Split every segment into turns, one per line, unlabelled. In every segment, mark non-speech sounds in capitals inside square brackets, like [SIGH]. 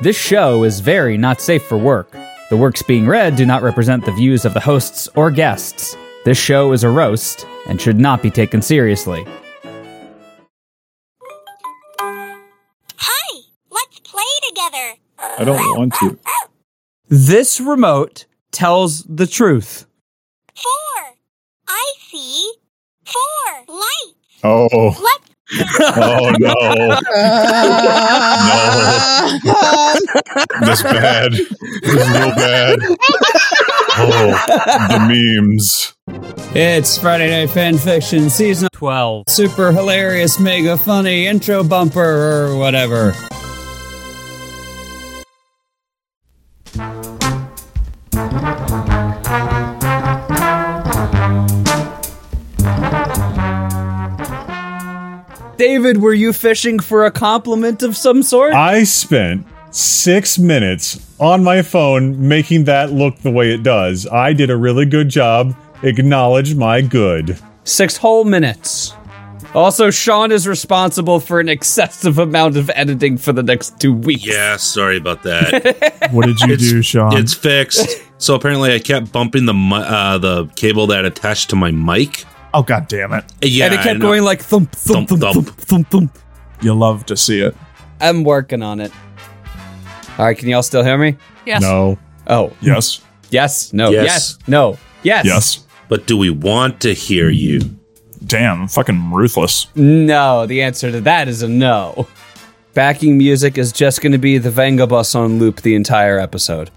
This show is very not safe for work. The works being read do not represent the views of the hosts or guests. This show is a roast and should not be taken seriously.
Hi, let's play together.
I don't want to.
This remote tells the truth.
Four. I see four lights.
[LAUGHS] Oh,
Let's
oh no. That's bad. This is real bad. Oh, the memes.
It's Friday Night Fan Fiction Season 12. Super hilarious, mega funny intro bumper or whatever. David, were you fishing for a compliment of some sort?
I spent six minutes on my phone making that look the way it does. I did a really good job. Acknowledge my good.
Six whole minutes. Also, Sean is responsible for an excessive amount of editing for the next two weeks.
Yeah, sorry
[LAUGHS]
about that.
What did you
It's-
do, Sean?
it's fixed. So apparently, I kept bumping the mi- uh, the cable that attached to my mic.
oh god damn it!
Yeah,
and it
I
kept
know.
going like thump thump thump,
Thump,
thump thump thump
You love to see it.
I'm working on it. All right, can y'all still hear me?
Yes.
No.
Oh,
Yes.
yes, no, yes,
Yes.
no, yes,
Yes.
But do we want to hear you?
Damn, fucking ruthless.
No, the answer to that is a no. Backing music is just going to be the Vangabus on loop the entire episode.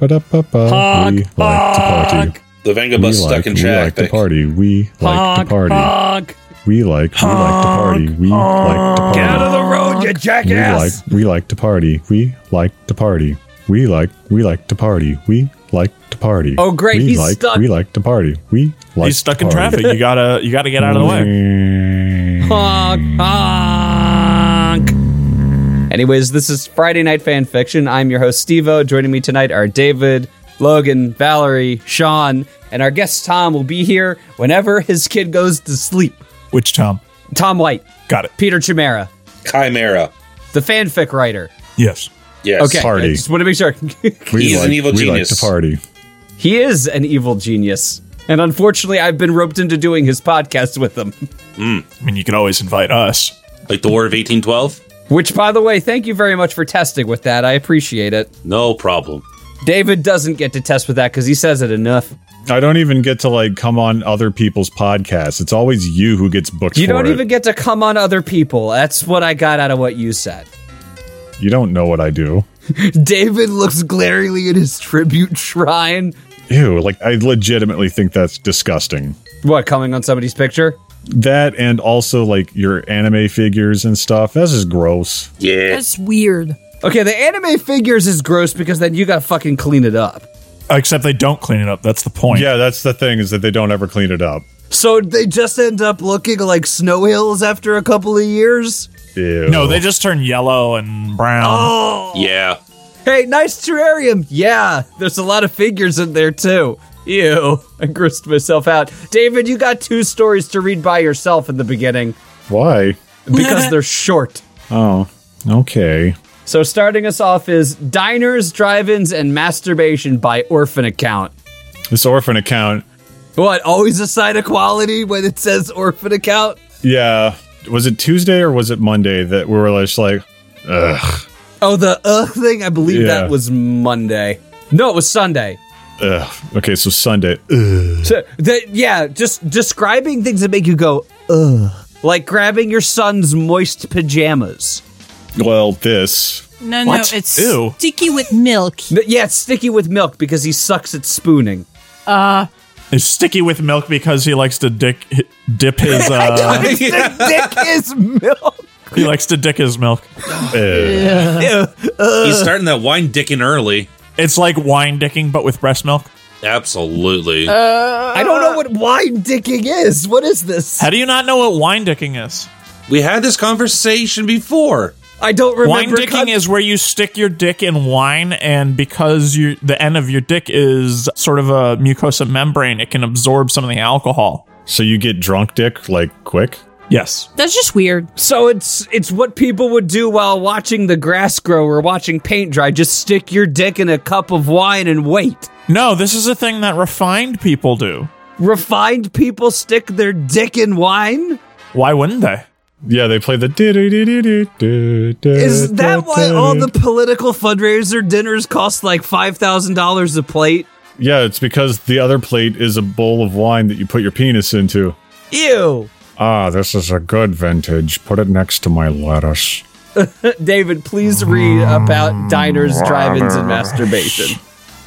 We like to party.
The Venga bus
we
stuck
like,
in
we like to
traffic.
party. We like to party. We like we like to party. We like to party.
Get out of the road, you
We
jackass!
like we like to party. We like to party. We like we like to party. We like to party.
Oh, great,
We
he's
like,
stuck.
We like to party. We like.
He's stuck
to
in
party.
traffic. You gotta, you gotta get out of the [LAUGHS] way.
Honk, honk. Anyways, this is Friday Night Fan Fiction. I'm your host, Stevo. Joining me tonight are David, Logan, Valerie, Sean, and our guest Tom will be here whenever his kid goes to sleep.
Which Tom?
Tom White,
Got it.
Peter Chimera,
Chimera.
the fanfic writer.
Yes.
Yes.
Okay,
Party.
I just want to make sure.
[LAUGHS]
[LAUGHS]
We
He's an
like,
evil
we
genius.
like to party.
he is an evil genius. And unfortunately, I've been roped into doing his podcast with him. [LAUGHS]
I mean, you could always invite us.
Like the War of 1812?
Which, by the way, thank you very much for testing with that. I appreciate it.
No problem.
David doesn't get to test with that because he says it enough.
I don't even get to like come on other people's podcasts. It's always you who gets booked.
You
for
don't
it.
even get to come on other people. That's what I got out of what you said.
You don't know what I do.
David looks glaringly at his tribute shrine.
Ew! Like I legitimately think that's disgusting.
What, coming on somebody's picture?
That and also like your anime figures and stuff. That's just gross.
Yeah.
That's weird.
Okay, the anime figures is gross because then you gotta fucking clean it up.
Except they don't clean it up. That's the point.
Yeah, that's the thing is that they don't ever clean it up.
So they just end up looking like snow hills after a couple of years?
Ew.
No, they just turn yellow and brown.
Yeah.
Hey, nice terrarium! Yeah, there's a lot of figures in there too. Ew, I grossed myself out. David, you got two stories to read by yourself in the [LAUGHS] beginning
Why?
because they're short.
Oh, okay.
So starting us off is Diners, Drive-Ins, and Masturbation by Orphan Account.
This orphan account.
What, always a sign of quality when it says Orphan Account?
Yeah. Was it Tuesday or was it Monday that we were just like, ugh,
Oh, the ugh thing? I believe
Yeah.
that was Monday. No, it was Sunday.
ugh. Okay, so Sunday. Ugh.
So, the, yeah, just describing things that make you go, ugh. Like grabbing your son's moist pajamas.
Well, this.
No,
What?
no, it's
Ew.
sticky with milk.
N- Yeah, it's sticky with milk because he sucks at
[LAUGHS]
spooning.
It's sticky with milk because he likes to dick dip [LAUGHS] his. Uh,
Dick is milk.
he likes to dick his milk.
Ugh.
He's starting that wine dicking early.
It's like wine dicking, but with breast milk.
Absolutely.
Uh. I don't know what wine dicking is. What is this?
How do you not know what wine dicking is?
we had this conversation before. [LAUGHS]
I don't remember.
Wine dicking
con-
is where you stick your dick in wine, and because you the end of your dick is sort of a mucosa membrane, it can absorb some of the alcohol.
So you get drunk dick like quick?
Yes.
That's just weird.
So it's it's what people would do while watching the grass grow or watching paint dry. Just stick your dick in a cup of wine and wait.
No, this is a thing that refined people do.
Refined people stick their dick in wine?
Why wouldn't they?
Yeah, they play the. Is
Is that why all the political fundraiser dinners cost like $5,000 a plate?
Yeah, it's because the other plate is a bowl of wine that you put your penis into.
Ew.
Ah, this is a good vintage. Put it next to my lettuce.
David, please read about diners, drive-ins and masturbation.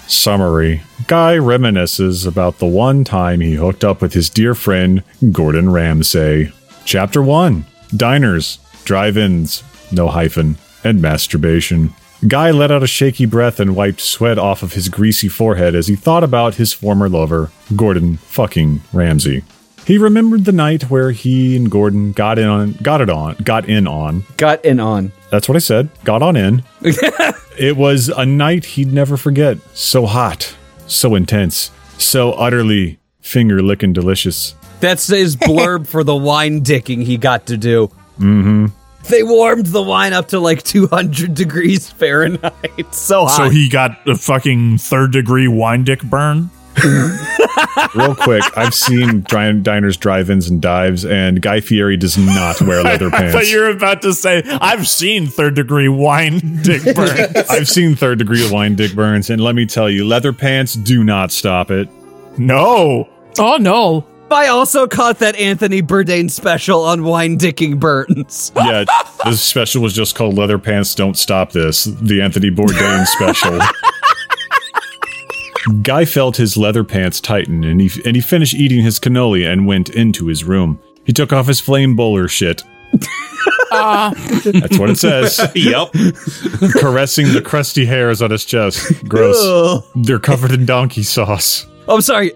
Summary Guy reminisces about the one time he hooked up with his dear friend, Gordon Ramsay. Chapter 1 Diners, Drive Ins, no hyphen, and masturbation. Guy let out a shaky breath and wiped sweat off of his greasy forehead as he thought about his former lover, Gordon fucking Ramsay. He remembered the night where he and Gordon got in on got it on got in on
Got in on.
that's what I said. Got on in.
[LAUGHS]
it was a night he'd never forget. So hot, so intense, so utterly finger licking delicious.
That's his blurb for the wine dicking he got to do. Mm-hmm. They warmed the wine up to like 200 degrees Fahrenheit. [LAUGHS] So hot.
So he got a fucking third degree wine dick burn.
Real
[LAUGHS]
quick, I've seen dri- diners, drive-ins, and dives, and Guy Fieri does not
[LAUGHS]
wear leather
I thought
pants.
you were about to say, I've seen third degree wine [LAUGHS] dick burn.
I've seen third-degree wine dick burns, and let me tell you, leather pants do not stop it.
no.
Oh no.
I also caught that Anthony Bourdain special on wine dicking burns. [LAUGHS]
Yeah, this special was just called "Leather Pants Don't Stop This," the Anthony Bourdain special. Guy felt his leather pants tighten, and he and he finished eating his cannoli and went into his room. He took off his flame bowler shit. That's what it
[LAUGHS]
says.
yep.
Caressing the crusty hairs on his chest. Gross. They're covered in donkey sauce.
I'm sorry.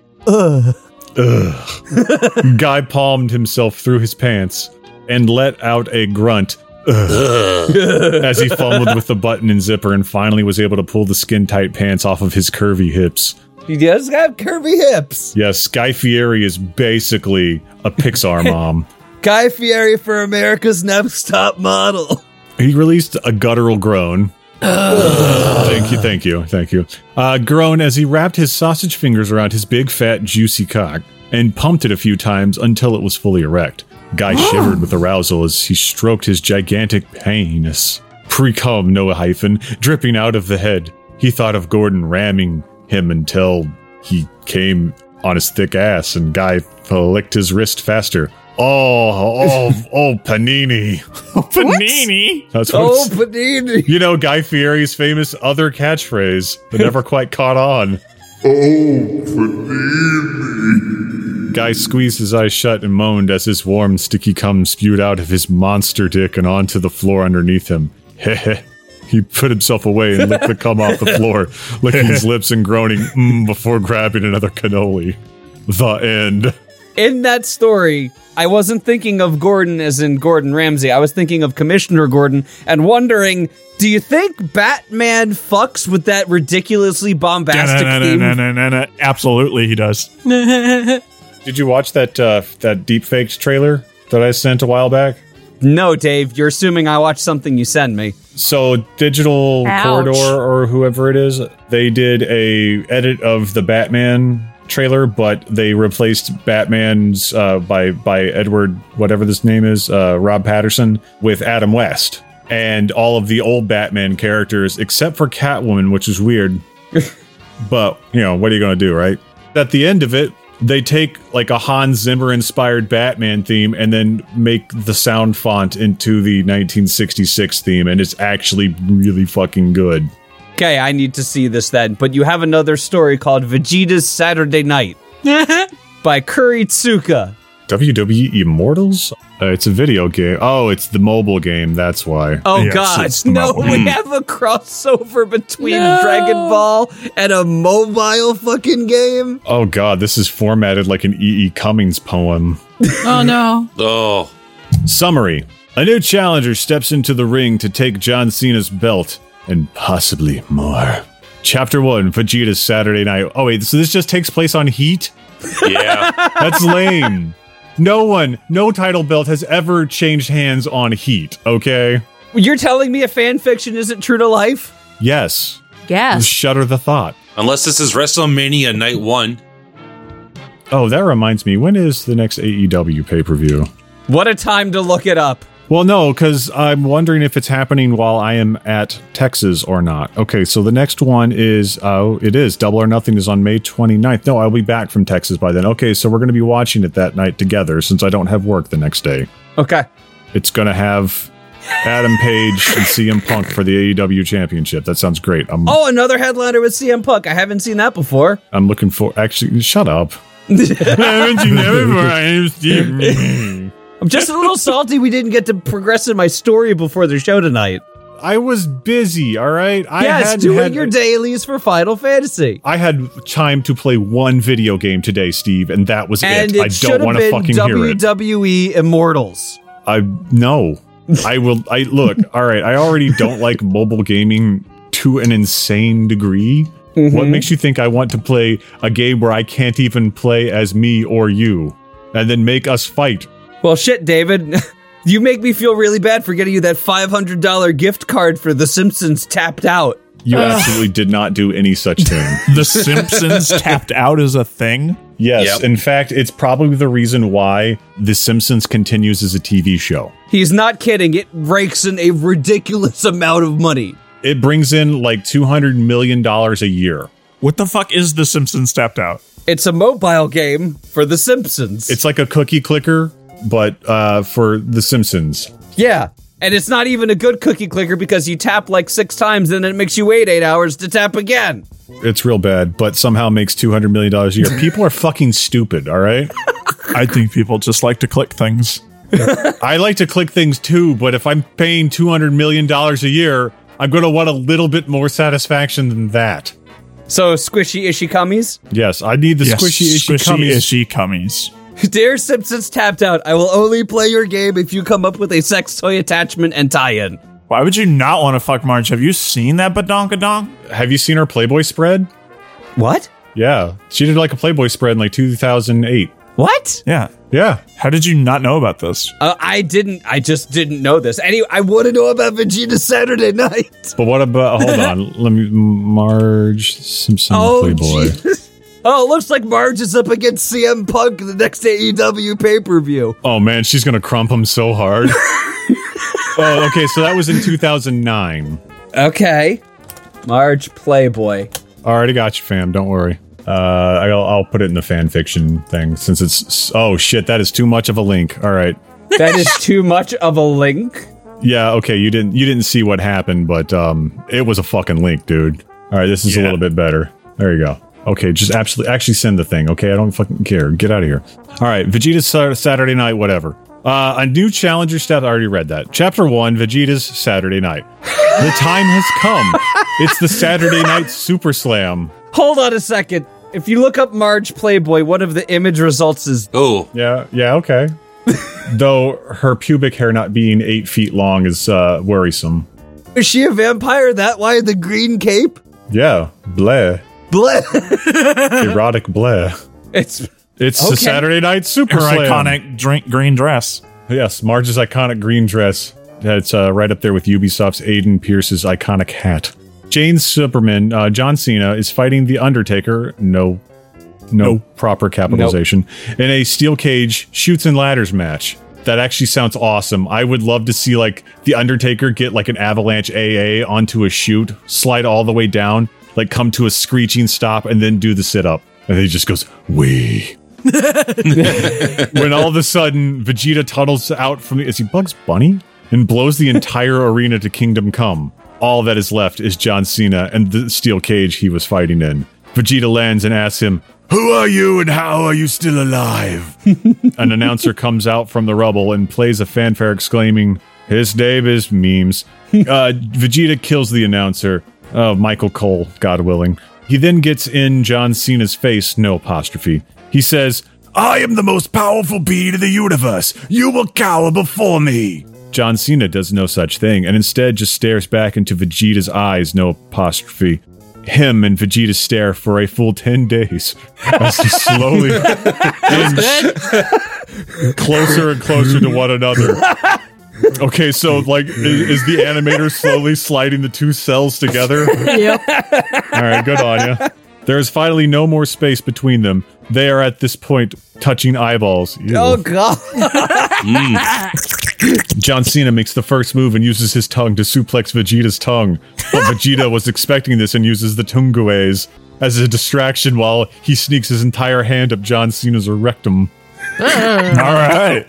Guy palmed himself through his pants and let out a grunt "Ugh," as he fumbled with the button and zipper and finally was able to pull the skin tight pants off of his curvy hips.
He does have curvy hips.
Yes, Guy Fieri is basically a Pixar mom.
Guy Fieri for America's Next Top Model.
He released a guttural groan. thank you, thank you, thank you. Uh, groan as he wrapped his sausage fingers around his big, fat, juicy cock and pumped it a few times until it was fully erect. Guy shivered with arousal as he stroked his gigantic penis, pre-cum, no hyphen, dripping out of the head. He thought of Gordon ramming him until he came on his thick ass, and Guy flicked his wrist faster. Oh, oh, oh, panini.
Panini.
That's what
Oh,
it's-
Panini.
you know, Guy Fieri's famous other catchphrase that [LAUGHS] never quite caught on. Guy squeezed his eyes shut and moaned as his warm, sticky cum spewed out of his monster dick and onto the floor underneath him. [LAUGHS] Heh He put himself away and licked the cum off [LAUGHS] the floor, licking his lips and groaning mm, before grabbing another cannoli. The end.
in that story, I wasn't thinking of Gordon as in Gordon Ramsay. I was thinking of Commissioner Gordon and wondering, do you think Batman fucks with that ridiculously bombastic theme?
Da-na-na-na-na-na-na. Absolutely, he does.
Did you watch that uh, that deep trailer that I sent a while back?
No, Dave, you're assuming I watch something you send me.
so digital
Ouch.
corridor or whoever it is they did a edit of the batman trailer but they replaced batman's uh, by by edward whatever this name is uh, rob patterson with adam west and all of the old batman characters except for catwoman which is weird but you know what are you going to do right at the end of it they take like a hans zimmer inspired batman theme and then make the sound font into the 1966 theme and it's actually really fucking good
Okay, I need to see this then. But you have another story called Vegeta's Saturday Night by Kuri Tsuka.
wwe E immortals uh, it's a video game oh it's the mobile game that's why
Oh
Yeah,
God!
it's- it's
No,
not
we have a crossover between
No.
Dragon Ball and a mobile fucking game.
oh god this is formatted like an ee e. cummings poem
Oh no.
Oh.
Summary A new challenger steps into the ring to take John Cena's belt and possibly more. Chapter 1
[LAUGHS]
Vegeta's Saturday Night. Oh, wait, so this just takes place on Heat?
Yeah.
That's lame. No one, no title belt has ever changed hands on Heat, okay?
You're telling me a fan fiction isn't true to life?
Yes.
[LAUGHS]
Yes.
Shudder the thought.
Unless this is WrestleMania Night One.
Oh, that reminds me. When is the next E AEW pay per view?
What a time to look it up.
Well, no, because I'm wondering if it's happening while I am at Texas or not. Okay, so the next one is, oh, it is. Double or Nothing is on May 29th. No, I'll be back from Texas by then. Okay, so we're going to be watching it that night together since I don't have work the next day.
Okay.
It's going to have Adam Page and CM Punk for the AEW Championship. That sounds great. I'm,
Oh, another headliner with CM Punk. I haven't seen that before.
I'm looking for, actually,
[LAUGHS]
shut up. I haven't seen that before. I am Steve.
I'm just a
[LAUGHS]
little salty we didn't get to progress in my story before the show tonight.
I was busy, all right? I
yes,
hadn't
doing
had-
your dailies for Final Fantasy.
I had time to play one video game today, Steve, and that was
And
it.
it
I
should
don't
have
want to
been E
fucking hear it.
WWE Immortals.
I no. I will I look, [LAUGHS] all right, I already don't like mobile gaming to an insane degree. What makes you think I want to play a game where I can't even play as me or you and then make us fight?
Well, shit, David. [LAUGHS] You make me feel really bad for getting you that $500 gift card for The Simpsons tapped out.
You absolutely did not do any such thing.
The Simpsons tapped out as a thing.
Yes,
Yep.
in fact, it's probably the reason why The Simpsons continues as a TV show.
He's not kidding. It rakes in a ridiculous [LAUGHS] amount of money.
It brings in like 200 million dollars a year.
What the fuck is The Simpsons tapped out?
It's a mobile game for The Simpsons.
It's like a cookie clicker, but uh, for The Simpsons.
yeah. And it's not even a good cookie clicker because you tap like six times and then it makes you wait eight hours to tap again.
It's real bad, but somehow makes two hundred million dollars a
[LAUGHS]
year. People are fucking stupid. All right,
I think people just like to click things.
I like to click things too, but if I'm paying two hundred million dollars a year, I'm going to want a little bit more satisfaction than that.
So, squishy ishikamis?
Yes, I need the
Yes,
squishy issue
squishy
coming.
ishy cummies.
[LAUGHS] Dear Simpsons tapped out, I will only play your game if you come up with a sex toy attachment and tie in.
Why would you not want to fuck Marge? Have you seen that badonkadonk?
Have you seen her Playboy spread?
What?
Yeah, she did like a Playboy spread in like two thousand eight.
What?
Yeah.
Yeah,
How did you not know about this?
Uh, I didn't. I just didn't know this. Anyway, I want to know about Vegeta Saturday
[LAUGHS]
night.
but what about?
[LAUGHS]
Hold on, let me Marge Simpson
Oh,
Playboy.
Jesus. Oh, it looks like Marge is up against CM Punk in the next E AEW pay per view.
Oh man, she's gonna crump him so hard. oh, okay, so that was in 2009.
Okay. Marge Playboy.
Already got you, fam. Don't worry. Uh, I'll, I'll put it in the fan fiction thing since it's. Oh shit, that is too much of a link. All right.
That is too much of a link.
Yeah. Okay. You didn't. You didn't see what happened, but um, it was a fucking link, dude. All right. This is a
Yeah.
little bit better. There you go. Okay. Just absolutely. Actually, send the thing. Okay. I don't fucking care. Get out of here. All right. Vegeta's Sa- Saturday Night. Whatever. Uh, a new challenger step. I already read that. Chapter one. Vegeta's Saturday Night. The time has come. It's the Saturday Night Super Slam.
Hold on a second. If you look up Marge Playboy, one of the image results is
Oh,
Yeah, yeah, okay. Though her pubic hair not being eight feet long is uh, worrisome.
Is she a vampire that why the green cape?
Yeah, bleh.
Bleh.
[LAUGHS] Erotic bleh.
It's
It's
Okay.
the Saturday Night Super
Her
Slam.
iconic drink green dress.
Yes, Marge's iconic green dress. That's uh, right up there with Ubisoft's Aiden Pierce's iconic hat. Jane Superman, uh, John Cena, is fighting The Undertaker. No, no proper capitalization. In a steel cage shoots and ladders match. That actually sounds awesome. I would love to see like The Undertaker get like an avalanche AA onto a chute, slide all the way down, like come to a screeching stop, and then do the sit up. And then he just goes, "Wee." [LAUGHS] when all of a sudden Vegeta tunnels out from the is he Bugs Bunny and blows the entire arena to Kingdom Come. All that is left is John Cena and the steel cage he was fighting in. Vegeta lands and asks him, "Who are you and how are you still alive?" An announcer comes out from the rubble and plays a fanfare exclaiming, "His name is memes." Uh, Vegeta kills the announcer, uh, Michael Cole, God willing. He then gets in John Cena's face, no apostrophe. He says, I am the most powerful being in the universe. You will cower before me. John Cena does no such thing and instead just stares back into Vegeta's eyes, no apostrophe. Him and Vegeta [LAUGHS] stare for a full 10 days as he slowly
Good.
closer and closer to one another. Okay, so like, is, is the animator slowly sliding the two cells together?
Yep.
All right, good on you. There is finally no more space between them. They are at this point touching eyeballs. Ew.
Oh god.
John Cena makes the first move and uses his tongue to suplex Vegeta's tongue. But Vegeta was expecting this and uses the Tungues as a distraction while he sneaks his entire hand up John Cena's rectum.
All [LAUGHS] right.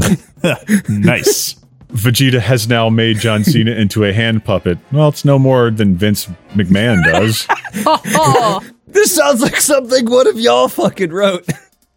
nice.
Vegeta has now made John Cena into a hand puppet. Well, it's no more than Vince McMahon does.
Oh,
This sounds like something one of y'all fucking wrote.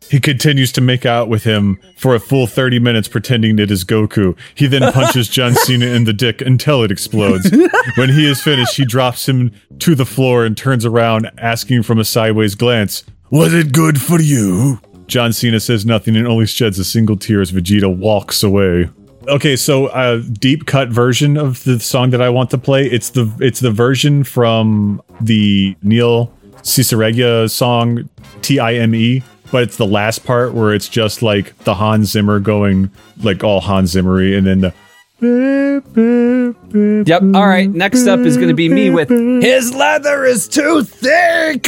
He continues to make out with him for a full 30 minutes pretending it is Goku. He then punches John Cena in the dick until it explodes. When he is finished, he drops him to the floor and turns around, asking from a sideways glance, Was it good for you? John Cena says nothing and only sheds a single tear as Vegeta walks away. Okay, so a deep cut version of the song that I want to play. It's the it's the version from the Neil Ciceregia song T I M E, but it's the last part where it's just like the Hans Zimmer going like all Hans Zimmery, and then the
Yep. All right. Next up is going to be me with his leather is too thick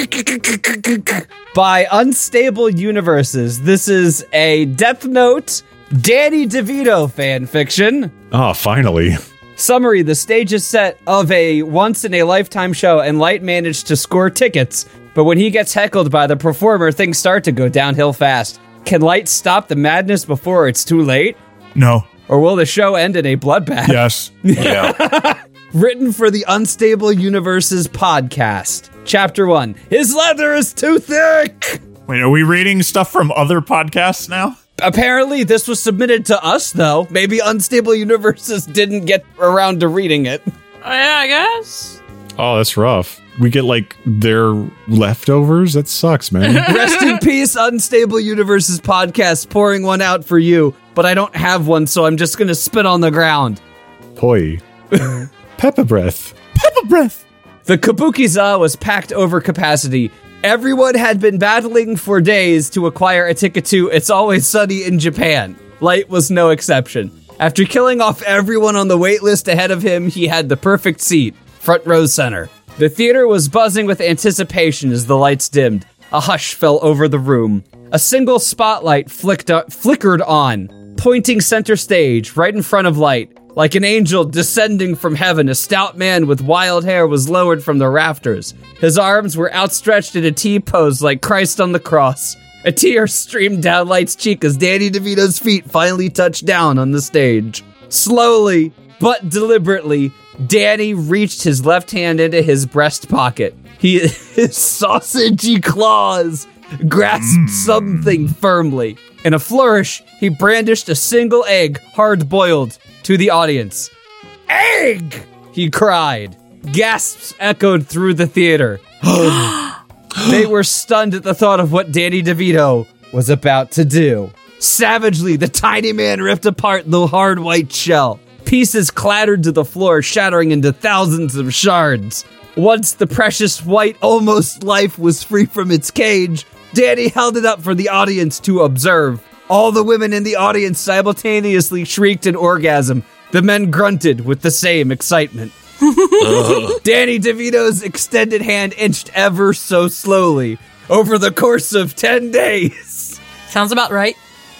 by Unstable Universes. This is a Death Note Danny DeVito fan fiction.
oh finally. [LAUGHS]
Summary The stage is set of a once in a lifetime show, and Light managed to score tickets. But when he gets heckled by the performer, things start to go downhill fast. Can Light stop the madness before it's too late?
No.
Or will the show end in a bloodbath?
Yes.
Yeah.
Written for the Unstable Universes podcast. Chapter 1 His leather is too thick!
[LAUGHS] Wait, are we reading stuff from other podcasts now?
Apparently, this was submitted to us, though. Maybe Unstable Universes didn't get around to reading it.
Oh, yeah, I guess.
Oh, that's rough. We get like their leftovers. That sucks, man.
[LAUGHS] Rest in peace, Unstable Universes podcast, pouring one out for you. But I don't have one, so I'm just gonna spit on the ground.
Poi. Pepper breath.
The Kabukiza was packed over capacity. Everyone had been battling for days to acquire a ticket to It's Always Sunny in Japan. Light was no exception. After killing off everyone on the waitlist ahead of him, he had the perfect seat, front row center. The theater was buzzing with anticipation as the lights dimmed. A hush fell over the room. A single spotlight flicked up, flickered on, pointing center stage, right in front of Light. Like an angel descending from heaven, a stout man with wild hair was lowered from the rafters. His arms were outstretched in a T pose like Christ on the cross. A tear streamed down Light's cheek as Danny DeVito's feet finally touched down on the stage. Slowly, but deliberately, Danny reached his left hand into his breast pocket. He, [LAUGHS] his sausagey claws grasped something firmly. In a flourish, he brandished a single egg, hard boiled, to the audience. Egg! He cried. Gasps echoed through the theater. they were stunned at the thought of what Danny DeVito was about to do. Savagely, the tiny man ripped apart the hard white shell. Pieces clattered to the floor, shattering into thousands of shards. Once the precious white, almost life was free from its cage, Danny held it up for the audience to observe. All the women in the audience simultaneously shrieked in orgasm. The men grunted with the same excitement. Danny DeVito's extended hand inched ever so slowly over the course of 10 days
Sounds about right.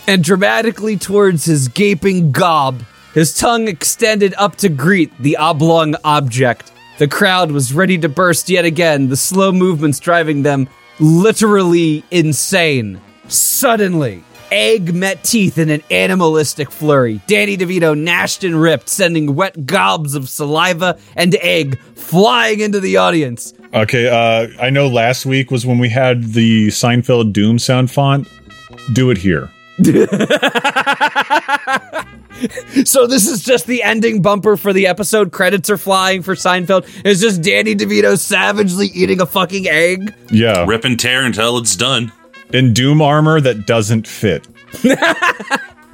and dramatically towards his gaping gob, his tongue extended up to greet the oblong object. The crowd was ready to burst yet again, the slow movements driving them literally insane. Suddenly, Egg met teeth in an animalistic flurry. Danny DeVito gnashed and ripped, sending wet gobs of saliva and egg flying into the audience.
Okay, uh, I know last week was when we had the Seinfeld Doom sound font. Do it here.
So this is just the ending bumper for the episode. Credits are flying for Seinfeld. It's just Danny DeVito savagely eating a fucking egg.
Yeah.
Rip and tear until it's done.
In Doom armor that doesn't fit.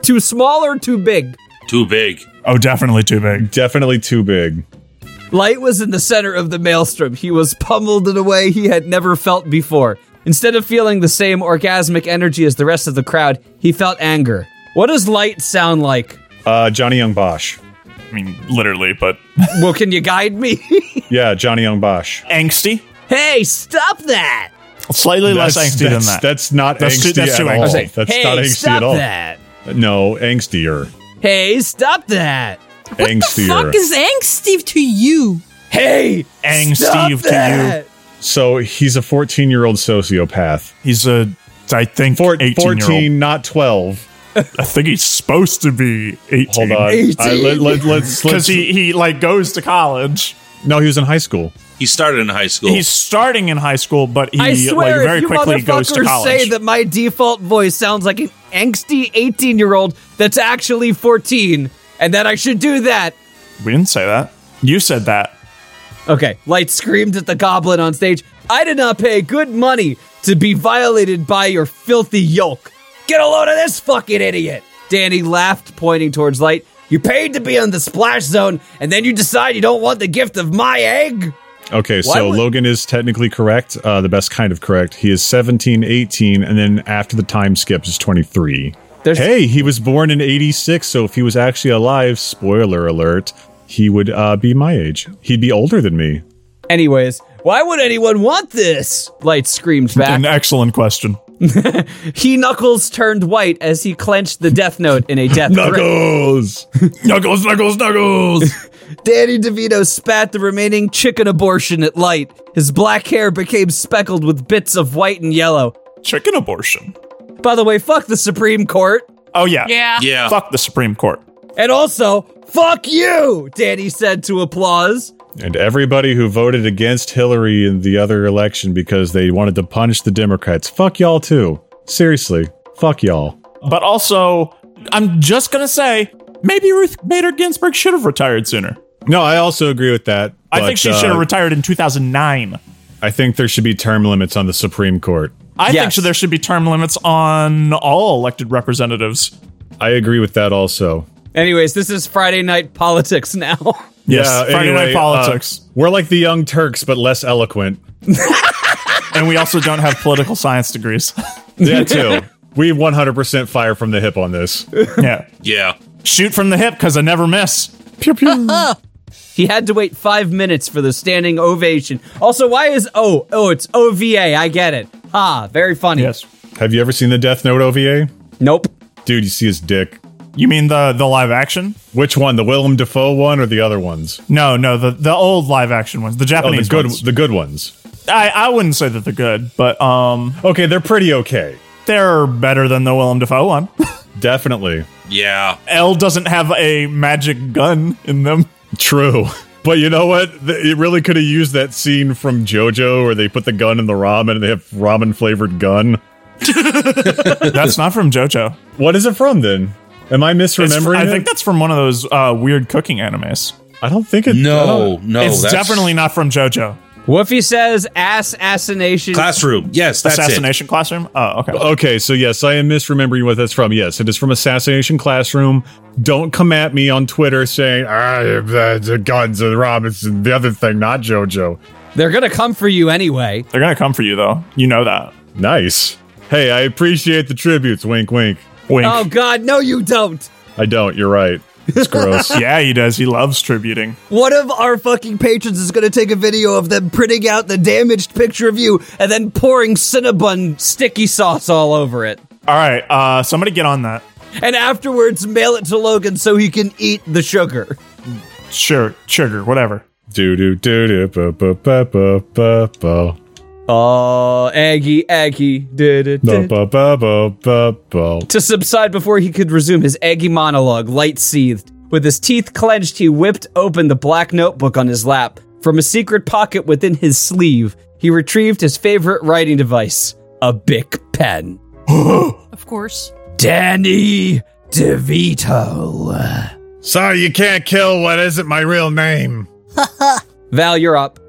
Too small or too big?
Too big.
Oh, definitely too big.
Definitely too big.
Light was in the center of the maelstrom. He was pummeled in a way he had never felt before. Instead of feeling the same orgasmic energy as the rest of the crowd, he felt anger. What does light sound like?
Uh, Johnny Young Bosch.
I mean, literally, but
Well, can you guide me? [LAUGHS]
Yeah, Johnny Young Bosch.
angsty.
hey, stop that!
Slightly less
That's-
angsty than
that's-
that.
That's not
That's too-
angsty
that's
at
too
all.
angsty. I was
like,
Oh, that's
hey,
not angsty
stop
at all.
that!
No, angstier.
Hey, stop that!
angstier.
uh,
Fuck is angst, Steve, to you?
Hey,
Ang
stop
Steve to you.
that!
so he's a 14 year old sociopath.
He's a, I think,
Four,
18 year old.
14, not 12.
I think he's supposed to be 18.
Hold on. I, let, let, let's,
Because
let's,
he, he, like, goes to college.
no, he was in high school.
He started in high school.
Oh.
He's starting in high school, but he,
I swear,
like, very
if you
quickly goes to
motherfuckers
college.
say that my default voice sounds like an angsty 18 year old that's actually 14, and that I should do that.
we didn't say that. You said that.
Okay, Light screamed at the goblin on stage I did not pay good money to be violated by your filthy yoke. Get a load of this fucking idiot. Danny laughed, pointing towards Light. You paid to be on the splash zone, and then you decide you don't want the gift of my egg?
Okay,
Why
so
would-
Logan is technically correct, uh, the best kind of correct. He is 17, 18, and then after the time skips is 23.
There's-
hey, he was born in 86, so if he was actually alive, spoiler alert, he would uh, be my age. He'd be older than me.
Anyways, why would anyone want this? Light screamed back.
An excellent question.
He knuckles turned white as he clenched the death note in a death grip.
[LAUGHS] Knuckles!
Knuckles, knuckles, knuckles.
Danny DeVito spat the remaining chicken abortion at light. His black hair became speckled with bits of white and yellow.
Chicken abortion.
By the way, fuck the Supreme Court.
Oh, yeah.
Yeah.
yeah.
Fuck the Supreme Court.
And also, fuck you, Danny said to applause.
[LAUGHS] And everybody who voted against Hillary in the other election because they wanted to punish the Democrats. Fuck y'all, too. Seriously, fuck y'all.
But also, I'm just going to say maybe Ruth Bader Ginsburg should have retired sooner.
No, I also agree with that.
I think
but,
she should
uh,
have retired in 2009.
I think there should be term limits on the Supreme Court.
I think
Yes.
so. There should be term limits on all elected representatives.
I agree with that also.
Anyways, this is Friday night politics now. [LAUGHS]
Yes, Friday
anyway,
night politics,
uh, we're like the Young Turks, but less eloquent.
and we also don't have political science degrees. [LAUGHS]
Yeah, too. we 100% fire from the hip on this.
yeah,
yeah.
shoot from the hip because I never miss. Pew pew.
he had to wait five minutes for the standing ovation. Also, why is O? Oh, it's OVA. I get it. Ah, very funny.
yes,
Have you ever seen the Death Note OVA?
Nope.
Dude, you see his dick.
you mean the the live action?
Which one? The Willem Dafoe one or the other ones?
No, no, the the old live action ones,
Oh,
the
the
Japanese
good,
ones.
the good ones.
I I wouldn't say that they're good, but um,
Okay, they're pretty okay.
they're better than the Willem Dafoe one. [LAUGHS]
Definitely.
Yeah.
L doesn't have a magic gun in them.
True. [LAUGHS] But you know what? Th- It really could have used that scene from JoJo where they put the gun in the ramen and they have ramen flavored gun.
That's not from JoJo.
What is it from then? Am I
It's fr-
misremembering?
I
it?
think that's from one of those uh, weird cooking animes.
I don't think it. I
No,
don't-
no.
it's
that's-
definitely not from JoJo.
Woofy says ass assassination.
classroom. Yes, that's it.
Assassination Classroom. Oh, okay.
Okay, so yes, I am misremembering what that's from. Yes, it is from Assassination Classroom. Don't come at me on Twitter saying ah, the, the guns and Robinson, the other thing, not JoJo.
They're gonna come for you anyway.
They're gonna come for you though. You know that.
Nice. Hey, I appreciate the tributes. Wink, wink.
[LAUGHS]
Wink.
Oh God, no, you don't.
I don't. You're right. It's
[LAUGHS]
gross.
yeah, he does. He loves tributing.
One of our fucking patrons is gonna take a video of them printing out the damaged picture of you and then pouring Cinnabon sticky sauce all over it.
All right. Uh, somebody get on that.
And afterwards, mail it to Logan so he can eat the sugar.
Sure. Sugar. Whatever.
Do do do do ba ba ba ba ba ba
Oh, Aggie, Aggie, did it.
ba
did it.
ba ba ba ba ba.
To subside before he could resume his Aggie monologue, light seethed. With his teeth clenched, he whipped open the black notebook on his lap. From a secret pocket within his sleeve, he retrieved his favorite writing device a Bic pen.
Of course.
Danny DeVito.
Sorry, you can't kill what isn't my real name.
Val, you're up.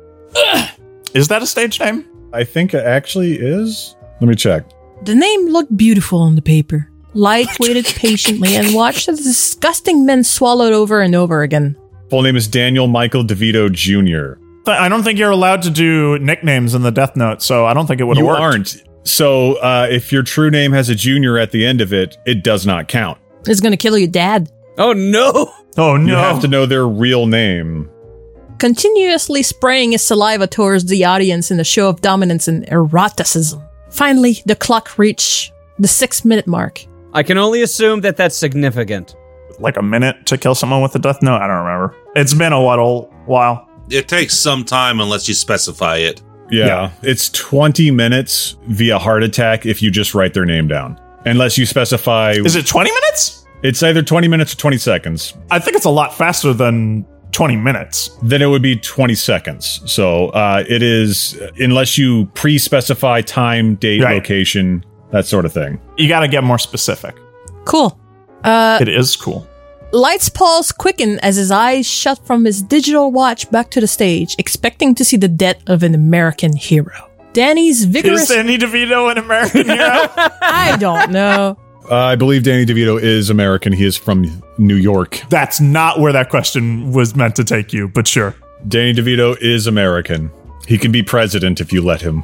Is that a stage name?
I think it actually is. Let me check.
The name looked beautiful on the paper. Light waited patiently and watched as the disgusting men swallowed over and over again.
Full name is Daniel Michael DeVito Jr.
Th- I don't think you're allowed to do nicknames in the Death Note, so I don't think it would
you
work.
aren't. So uh, if your true name has a junior at the end of it, it does not count.
It's gonna kill your dad.
Oh no!
Oh
You
no!
have to know their real name.
Continuously spraying his saliva towards the audience in a show of dominance and eroticism. Finally, the clock reached the six minute mark.
I can only assume that that's significant.
like a minute to kill someone with a death note. I don't remember. It's been a while. While
It takes some time unless you specify it.
Yeah. It's 20 minutes via heart attack if you just write their name down. Unless you specify
is it twenty minutes?
it's either 20 minutes or 20 seconds.
I think it's a lot faster than twenty minutes.
Then it would be 20 seconds. So uh, it is, unless you pre specify time, date,
Right.
location, that sort of thing.
You got to get more specific.
Cool.
it is cool.
Light's pulse quickened as his eyes shut from his digital watch back to the stage, expecting to see the death of an American hero. Danny's
Is
vigorous.
Danny DeVito an
[LAUGHS]
American hero?
I don't know.
Uh, I believe Danny DeVito is American. He is from New York.
That's not where that question was meant to take you, but
[LAUGHS]
sure.
Danny DeVito is American. He can be president if you let him.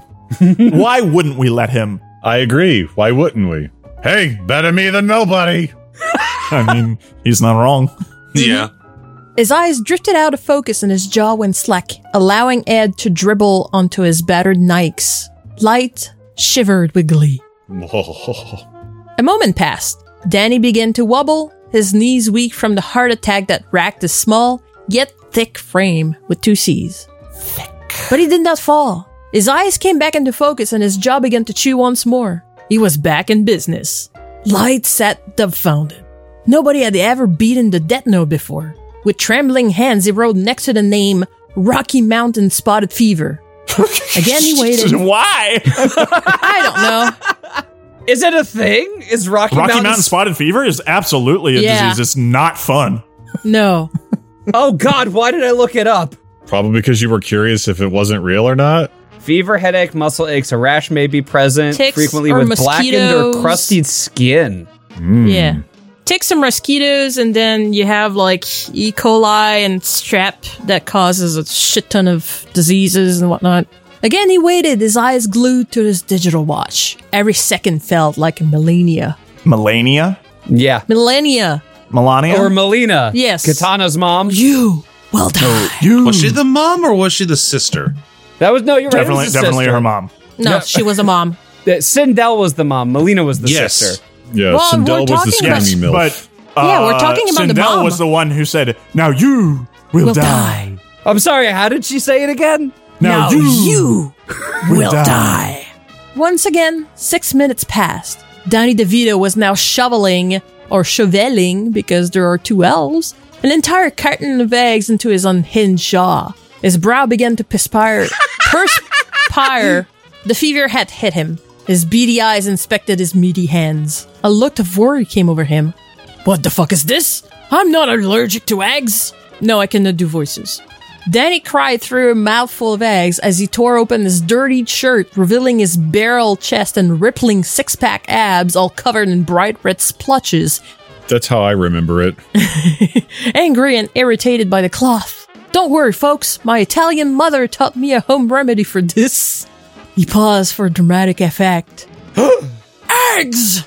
Why wouldn't we let him?
I agree. Why wouldn't we? Hey, better me than nobody. [LAUGHS]
[LAUGHS] I mean, he's not wrong.
Yeah.
His eyes drifted out of focus and his jaw went slack, allowing Ed to dribble onto his battered Nikes. Light shivered with glee.
Oh,
A moment passed. Danny began to wobble, his knees weak from the heart attack that racked his small, yet thick frame with two C's. Thick. But he did not fall. His eyes came back into focus and his jaw began to chew once more. He was back in business. Light sat dumbfounded. Nobody had ever beaten the death note before. With trembling hands, he wrote next to the name Rocky Mountain Spotted Fever. Again, he
[LAUGHS]
waited.
Why?
I don't know.
Is it a thing? Is Rocky,
Rocky
Mountain?
Mountain spotted fever is absolutely a
Yeah.
disease. It's not fun.
No.
oh God! Why did I look it up?
Probably because you were curious if it wasn't real or not.
Fever, headache, muscle aches, a rash may be present
Ticks
frequently
or
with blackened or
mosquitoes.
crusted skin.
Hmm.
Yeah. Take some mosquitoes, and then you have like E. coli and strep that causes a shit ton of diseases and whatnot. Again, he waited, his eyes glued to his digital watch. Every second felt like millennia.
Melania?
Yeah.
Millennia!
Melania?
Or Melina.
Yes.
Katana's mom.
You will die.
you.
Was she the mom or was she the sister?
That was no, you're
definitely
right. it was the
definitely
sister.
her mom.
No, she was a mom.
That Sindel was the mom. Melina was the
Yes.
sister.
Yeah,
Well, we're
Sindel was the
talking about-
screaming milk.
But uh,
Yeah, we're talking about the
Sindel
mom.
was the one who said, "Now you will,
Will
die.
die.
I'm sorry. How did she say it again?
Now, you, will, die."
Once again, six minutes passed. Danny DeVito was now shoveling, or shoveling because there are two L's, an entire carton of eggs into his unhinged jaw. His brow began to perspire. Perspire. The fever had hit him. His beady eyes inspected his meaty hands. A look of worry came over him. What the fuck is this? I'm not allergic to eggs. No, I cannot do voices. Danny cried through a mouthful of eggs as he tore open his dirty shirt, revealing his barrel chest and rippling six pack abs, all covered in bright red splotches,
That's how I remember it.
angry and irritated by the cloth. Don't worry, folks, my Italian mother taught me a home remedy for this. He paused for dramatic effect. eggs!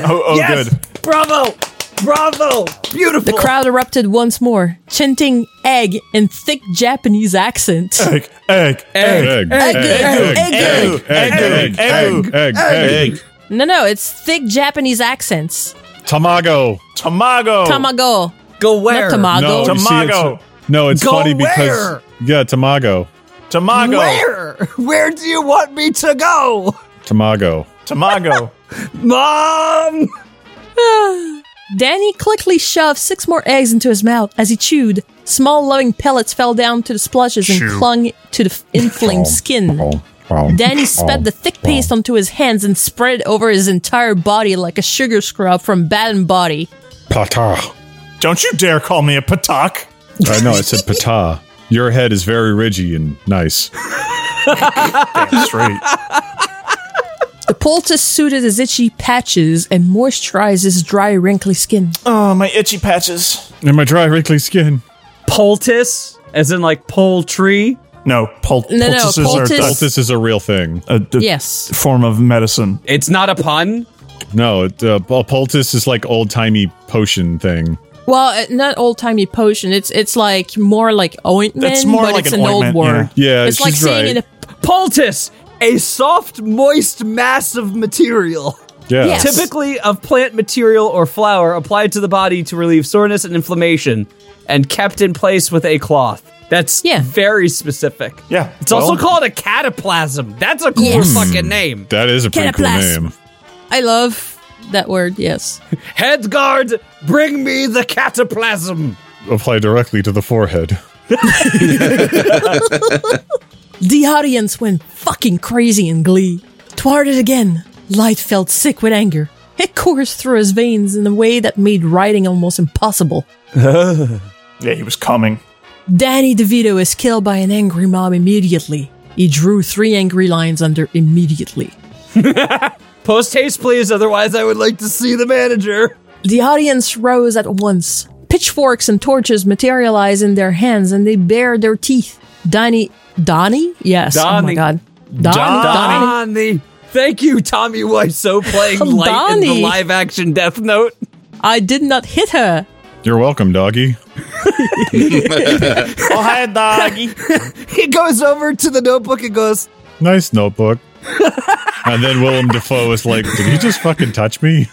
Oh, oh good.
Bravo. Bravo. Beautiful.
The crowd erupted once more, chanting egg in thick Japanese accent.
Egg, egg,
[LAUGHS] Egg, egg, egg,
egg, egg,
egg, egg,
egg,
egg, egg, egg.
No, no, it's thick Japanese accents.
Tamago.
tamago.
Tamago.
Go where?
Tamago.
No, you see,
Tamago.
it's- No, it's
Go
funny because
where?
yeah, Tamago.
tamago.
Where? Where do you want me to go?
Tamago.
Tamago.
Mom.
Danny quickly shoved six more eggs into his mouth as he chewed. Small loving pellets fell down to the splashes and clung to the inflamed skin. Danny spat the thick paste onto his hands and spread it over his entire body like a sugar scrub from Bath and Body.
Pata.
Don't you dare call me a [LAUGHS] patak.
I know. I said pata. Your head is very ridgy and nice.
[LAUGHS] Straight.
The poultice suited his itchy patches and moisturized his dry, wrinkly skin.
oh, my itchy patches.
And my dry, wrinkly skin.
Poultice, as in like poultry.
No, pul-
No, no,
poultices
poultice-
are
This is a real thing.
a, a
Yes.
form of medicine.
It's not a pun.
No, the a poultice is like old timey potion thing.
Well, uh, not old timey potion. It's it's like more like ointment,
It's more
but
like
it's
an
an, old
ointment,
word.
yeah. Yeah,
it's like
she's right.
saying in a
Poultice, a soft, moist mass of material.
Yeah.
Yes.
typically of plant material or flower applied to the body to relieve soreness and inflammation and kept in place with a cloth. That's
Yeah.
very specific.
Yeah,
It's
well-
also called a cataplasm. That's a cool
Yes.
fucking name.
That is a pretty cool
Cataplasm.
name.
I love that word. Yes.
Headguard, bring me the cataplasm.
Apply directly to the forehead.
The audience went fucking crazy in glee. Twart it again. Light felt sick with anger. It coursed through his veins in a way that made writing almost impossible.
Yeah, he was coming.
Danny DeVito is killed by an angry mob immediately. He drew three angry lines under immediately.
Post haste, please. Otherwise, I would like to see the manager.
The audience rose at once. Pitchforks and torches materialize in their hands and they bare their teeth. Danny. Donnie? Yes. Oh
Donnie.
my god. Don, Donnie.
Donnie. Thank you, Tommy Wiseau, playing light in
[LAUGHS] Donnie.
the live action Death Note.
I did not hit her.
You're welcome, doggy.
[LAUGHS] Oh, hi, doggy.
[LAUGHS] He goes over to the notebook and goes,
Nice notebook. and then Willem Dafoe is like, "Did you just fucking touch me?"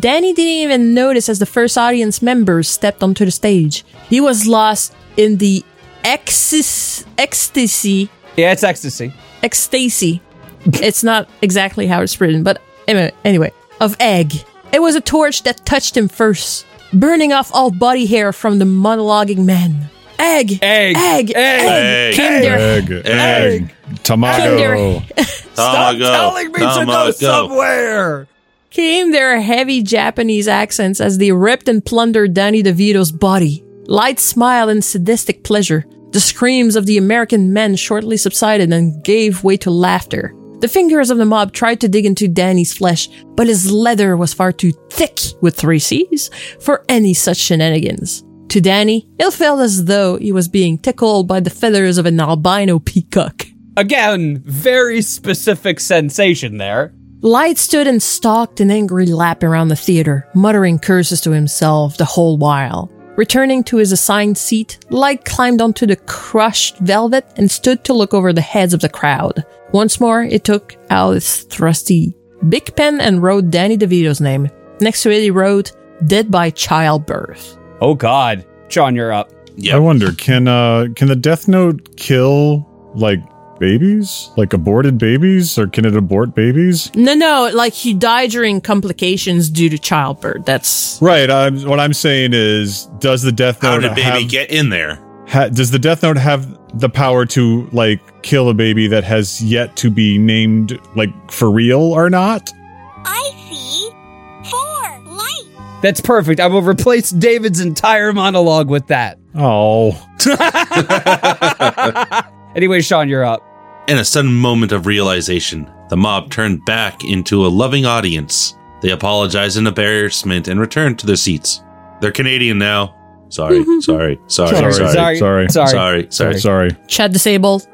Danny didn't even notice as the first audience member stepped onto the stage. He was lost in the exis- ecstasy.
Yeah, it's ecstasy.
Ecstasy. it's not exactly how it's written, but anyway, anyway, of egg. It was a torch that touched him first, burning off all body hair from the monologuing man. Egg!
Egg.
Egg!
Egg.
Egg!
Egg.
Came their
Egg, egg, tomato.
Stop telling me to go somewhere.
came their heavy Japanese accents as they ripped and plundered Danny DeVito's body. Light smile and sadistic pleasure. The screams of the American men shortly subsided and gave way to laughter. The fingers of the mob tried to dig into Danny's flesh, but his leather was far too thick with three C's for any such shenanigans. To Danny, it felt as though he was being tickled by the feathers of an albino peacock.
Again, very specific sensation there.
Light stood and stalked an angry lap around the theater, muttering curses to himself the whole while. Returning to his assigned seat, Light climbed onto the crushed velvet and stood to look over the heads of the crowd. Once more, it took out its thrusty big pen and wrote Danny DeVito's name. Next to it, he wrote, Dead by childbirth.
Oh, God. John, you're up.
Yep.
I wonder can uh can the Death Note kill like babies, like aborted babies, or can it abort babies?
No, no, like he died during complications due to childbirth. That's.
Right. I'm, what I'm saying is, does the Death
How
Note
did baby
have-
get in there?
ha- does the Death Note have the power to like kill a baby that has yet to be named, like for real or not?
I see. Four lights.
That's perfect. I will replace David's entire monologue with that.
Oh,
Anyway, Sean, you're up.
In a sudden moment of realization, the mob turned back into a loving audience. They apologized in embarrassment and returned to their seats. They're Canadian now. Sorry, sorry, sorry, Mm-hmm. sorry, sorry, sorry,
sorry.
Sorry.
sorry.
sorry.
Chat disabled.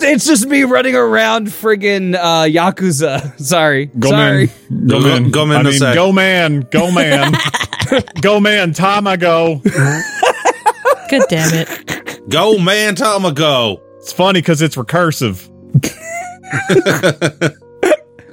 It's just me running around friggin' uh, Yakuza. [LAUGHS] Sorry.
Go
sorry.
man, go
Go-
man,
go man
I
no
mean,
sec.
go man,
[LAUGHS]
go man, go man. Time I go.
God damn it.
Go, man, time ago.
It's funny because it's recursive.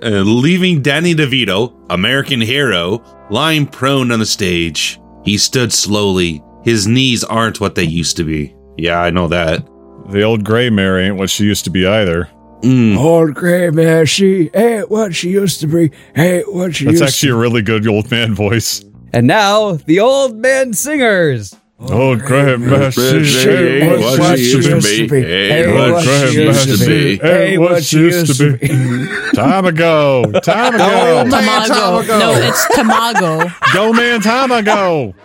Uh, leaving Danny DeVito, American hero, lying prone on the stage. He stood slowly. His knees aren't what they used to be. Yeah, I know that.
The old Gray Mary ain't what she used to be either.
Mm.
Old gray man, she ain't what she used to be, ain't what she
That's
used
actually a really good old man voice.
And now, the old man singers.
Old Gray Mary, she
she ain't
ain't
what she used to be, ain't
what she used to be, ain't what she used to be. [LAUGHS] Time ago, Oh, time ago.
Tamago. No, it's Tamago.
Go man, time ago.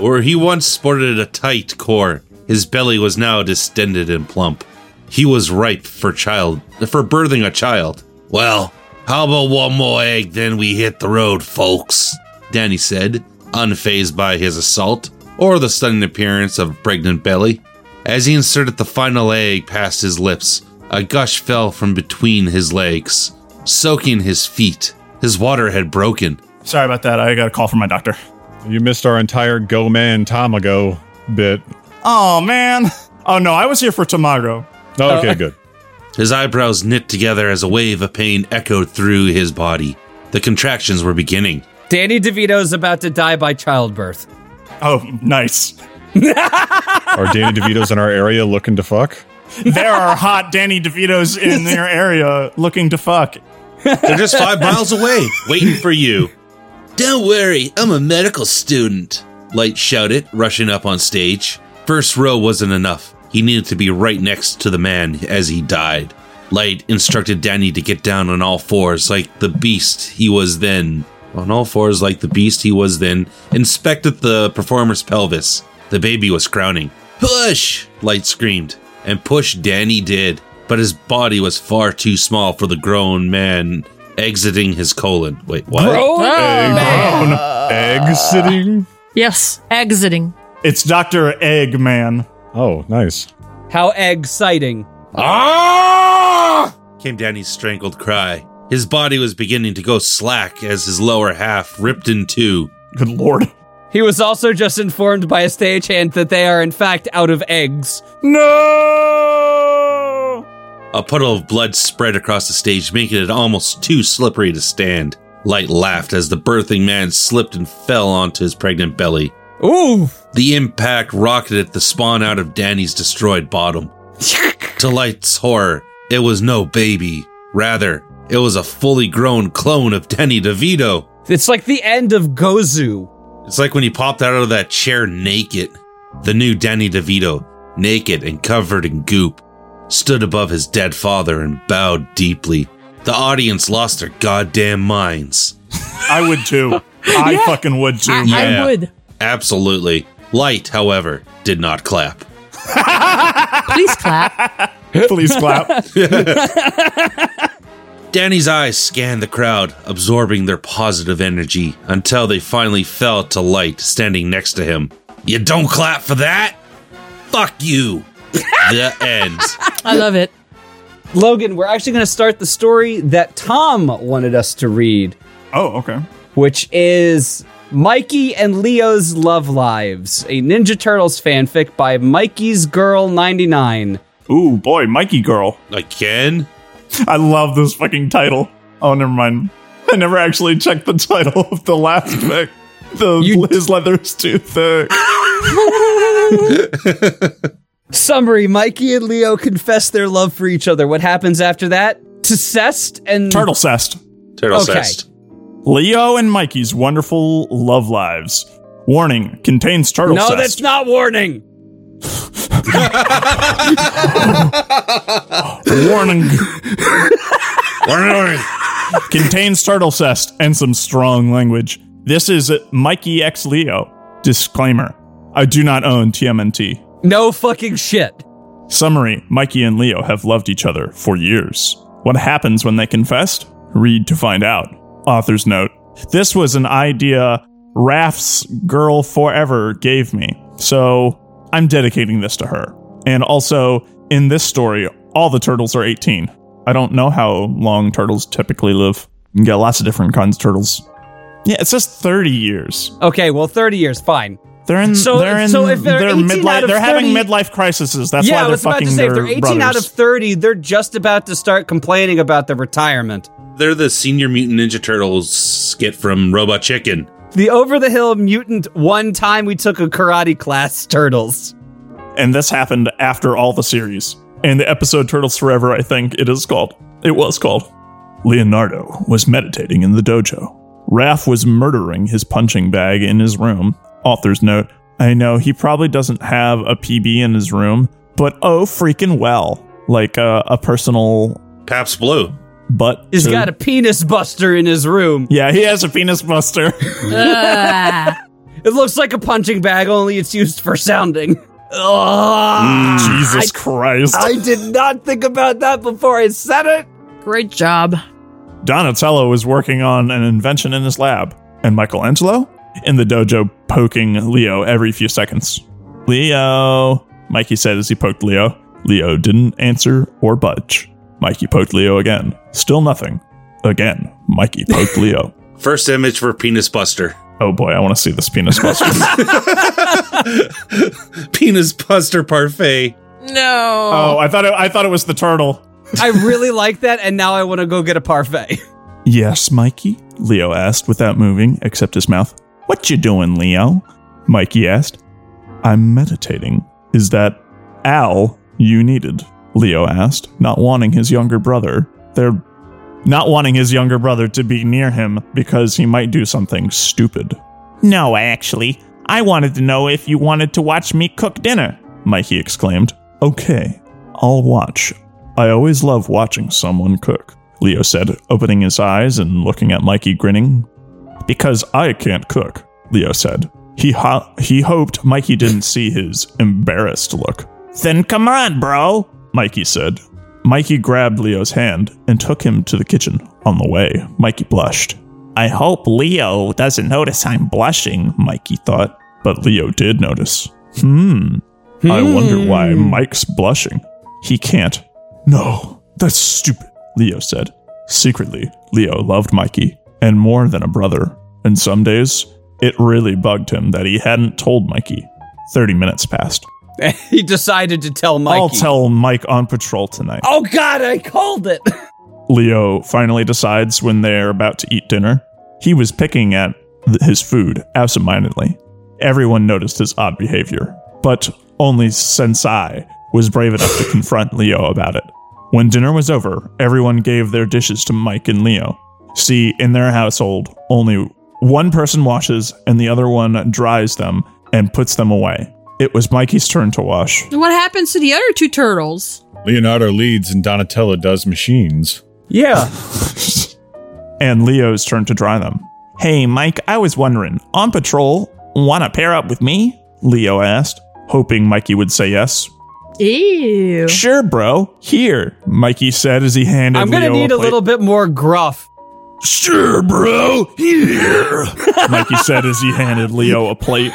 Or he once sported a tight core. His belly was now distended and plump. He was ripe for child for birthing a child. Well, how about one more egg, then we hit the road, folks? Danny said, unfazed by his assault or the stunning appearance of a pregnant belly. As he inserted the final egg past his lips, a gush fell from between his legs. soaking his feet. His water had broken.
Sorry about that. I got a call from my doctor.
You missed our entire go man time ago bit.
Oh, man. Oh, no. I was here for Tamago.
Oh, okay, good.
His eyebrows knit together as a wave of pain echoed through his body. The contractions were beginning.
Danny DeVito's about to die by childbirth.
Oh, nice.
Are Danny DeVito's in our area looking to fuck?
there [LAUGHS] are hot Danny DeVitos in their area looking to fuck.
They're just five [LAUGHS] miles away, waiting for you. Don't worry, I'm a medical student. Light shouted, rushing up on stage. First row wasn't enough. He needed to be right next to the man as he died. Light instructed Danny to get down on all fours like the beast he was then. On all fours like the beast he was then, inspected the performer's pelvis. The baby was crowning. Push! Light screamed. And push Danny did, but his body was far too small for the grown man exiting his colon. Wait, what?
Oh, Egg, Uh. exiting?
Yes, exiting.
It's Dr. Eggman.
Oh, nice.
How exciting.
Ah! came Danny's strangled cry. His body was beginning to go slack as his lower half ripped in two.
Good lord.
He was also just informed by a stagehand that they are, in fact, out of eggs.
No!
A puddle of blood spread across the stage, making it almost too slippery to stand. Light laughed as the birthing man slipped and fell onto his pregnant belly.
Ooh!
The impact rocketed the spawn out of Danny's destroyed bottom. to Light's horror, it was no baby. Rather, it was a fully grown clone of Danny DeVito.
It's like the end of Gozu.
It's like when he popped out of that chair naked. The new Danny DeVito, naked and covered in goop, stood above his dead father and bowed deeply. The audience lost their goddamn minds.
I would [LAUGHS] too. I fucking would too, [LAUGHS]
I,
man.
Yeah.
I would.
Absolutely. Light, however, did not clap.
Please clap.
Please clap.
Danny's eyes scanned the crowd, absorbing their positive energy until they finally fell to Light standing next to him. You don't clap for that? Fuck you. [LAUGHS] the end.
I love it.
Logan, we're actually going to start the story that Tom wanted us to read,
Oh, okay.
which is Mikey and Leo's Love Lives, a Ninja Turtles fanfic by Mikey's Girl 99.
Ooh, boy, Mikey Girl.
Again?
I love this fucking title. Oh, never mind. [LAUGHS] I never actually checked the title of the last [LAUGHS] pick. The
You-
his leather's too thick.
Summary Mikey and Leo confess their love for each other. What happens after that? To Cest and.
Turtle cest.
Turtle
Okay.
Cest.
Leo and Mikey's wonderful love lives. Warning: contains turtle
No,
cest.
that's not warning. [LAUGHS]
Warning: contains turtle cest and some strong language. This is Mikey X Leo. Disclaimer: I do not own TMNT.
No fucking shit.
Summary Mikey and Leo have loved each other for years. What happens when they confessed? Read to find out. Author's note This was an idea Raph's girl forever gave me, so I'm dedicating this to her. And also, in this story, all the turtles are 18. I don't know how long turtles typically live. You get lots of different kinds of turtles. Yeah, it says 30 years.
Okay, well, 30 years, fine.
They're in.
So-
they're in.
so if they're
their
18
midlife.
out of
they're having
30
midlife crises. That's
yeah,
why
I
they're
was about
fucking
to say, if
their
they're 18
brothers.
out of 30, they're just about to start complaining about their retirement.
They're the Senior Mutant Ninja Turtles skit from Robot Chicken.
The over the hill mutant one time we took a karate class turtles.
and this happened after all the series and the episode turtles forever i think it is called it was called leonardo was meditating in the dojo Raph was murdering his punching bag in his room author's note i know he probably doesn't have a pb in his room but oh freaking well like uh, a personal
Paps Blue.
butt
He's
to-
got a penis buster in his room.
yeah he has a penis buster
Ah.
It looks like a punching bag, only it's used for sounding. Ugh.
Mm, jesus christ
Ah, I did not think about that before I said it.
Great job.
Donatello is working on an invention in his lab, and Michelangelo in the dojo poking Leo every few seconds. Leo, Mikey said as he poked Leo. Leo didn't answer or budge. Mikey poked Leo again. Still nothing. Again, Mikey poked Leo.
First image for Penis Buster. [LAUGHS]
Oh boy, I want to see this penis buster.
Penis Buster parfait.
oh,
No.
I thought it, I thought it was the turtle.
I
[LAUGHS]
really like that, and now I want to go get a parfait. [LAUGHS]
Yes, Mikey? Leo asked without moving, except his mouth. What you doing, Leo? Mikey asked. I'm meditating. Is that Al you needed? Leo asked, not wanting his younger brother. They're not wanting his younger brother to be near him because he might do something stupid. No, actually, I wanted to know if you wanted to watch me cook dinner, Mikey exclaimed. Okay, I'll watch. I always love watching someone cook, Leo said, opening his eyes and looking at Mikey grinning. Because I can't cook, Leo said. He ho- he hoped Mikey didn't see his embarrassed look. Then come on, bro, Mikey said. Mikey grabbed Leo's hand and took him to the kitchen. On the way, Mikey blushed. I hope Leo doesn't notice I'm blushing, Mikey thought. But Leo did notice. Hmm. I wonder why Mike's blushing. He can't. No, that's stupid, Leo said. Secretly, Leo loved Mikey, and more than a brother. And some days, it really bugged him that he hadn't told Mikey. 30 minutes passed.
he decided to tell Mikey.
I'll tell Mike on patrol tonight.
oh God, I called
[LAUGHS]
it.
Leo finally decides when they're about to eat dinner. He was picking at th- his food absentmindedly. Everyone noticed his odd behavior, but only Sensei was brave enough to confront Leo about it. When dinner was over, everyone gave their dishes to Mike and Leo. See, in their household, only one person washes and the other one dries them and puts them away. It was Mikey's turn to wash.
What happens to the other two turtles?
Leonardo leads and Donatello does machines.
yeah.
and Leo's turn to dry them. Hey, Mike, I was wondering, on patrol, wanna pair up with me? Leo asked, hoping Mikey would say yes.
Ew.
Sure, bro. Here, Mikey said as he handed.
I'm gonna
Leo
need a
plate.
little bit more gruff.
Sure, bro. Here, Mikey said as he handed Leo a plate.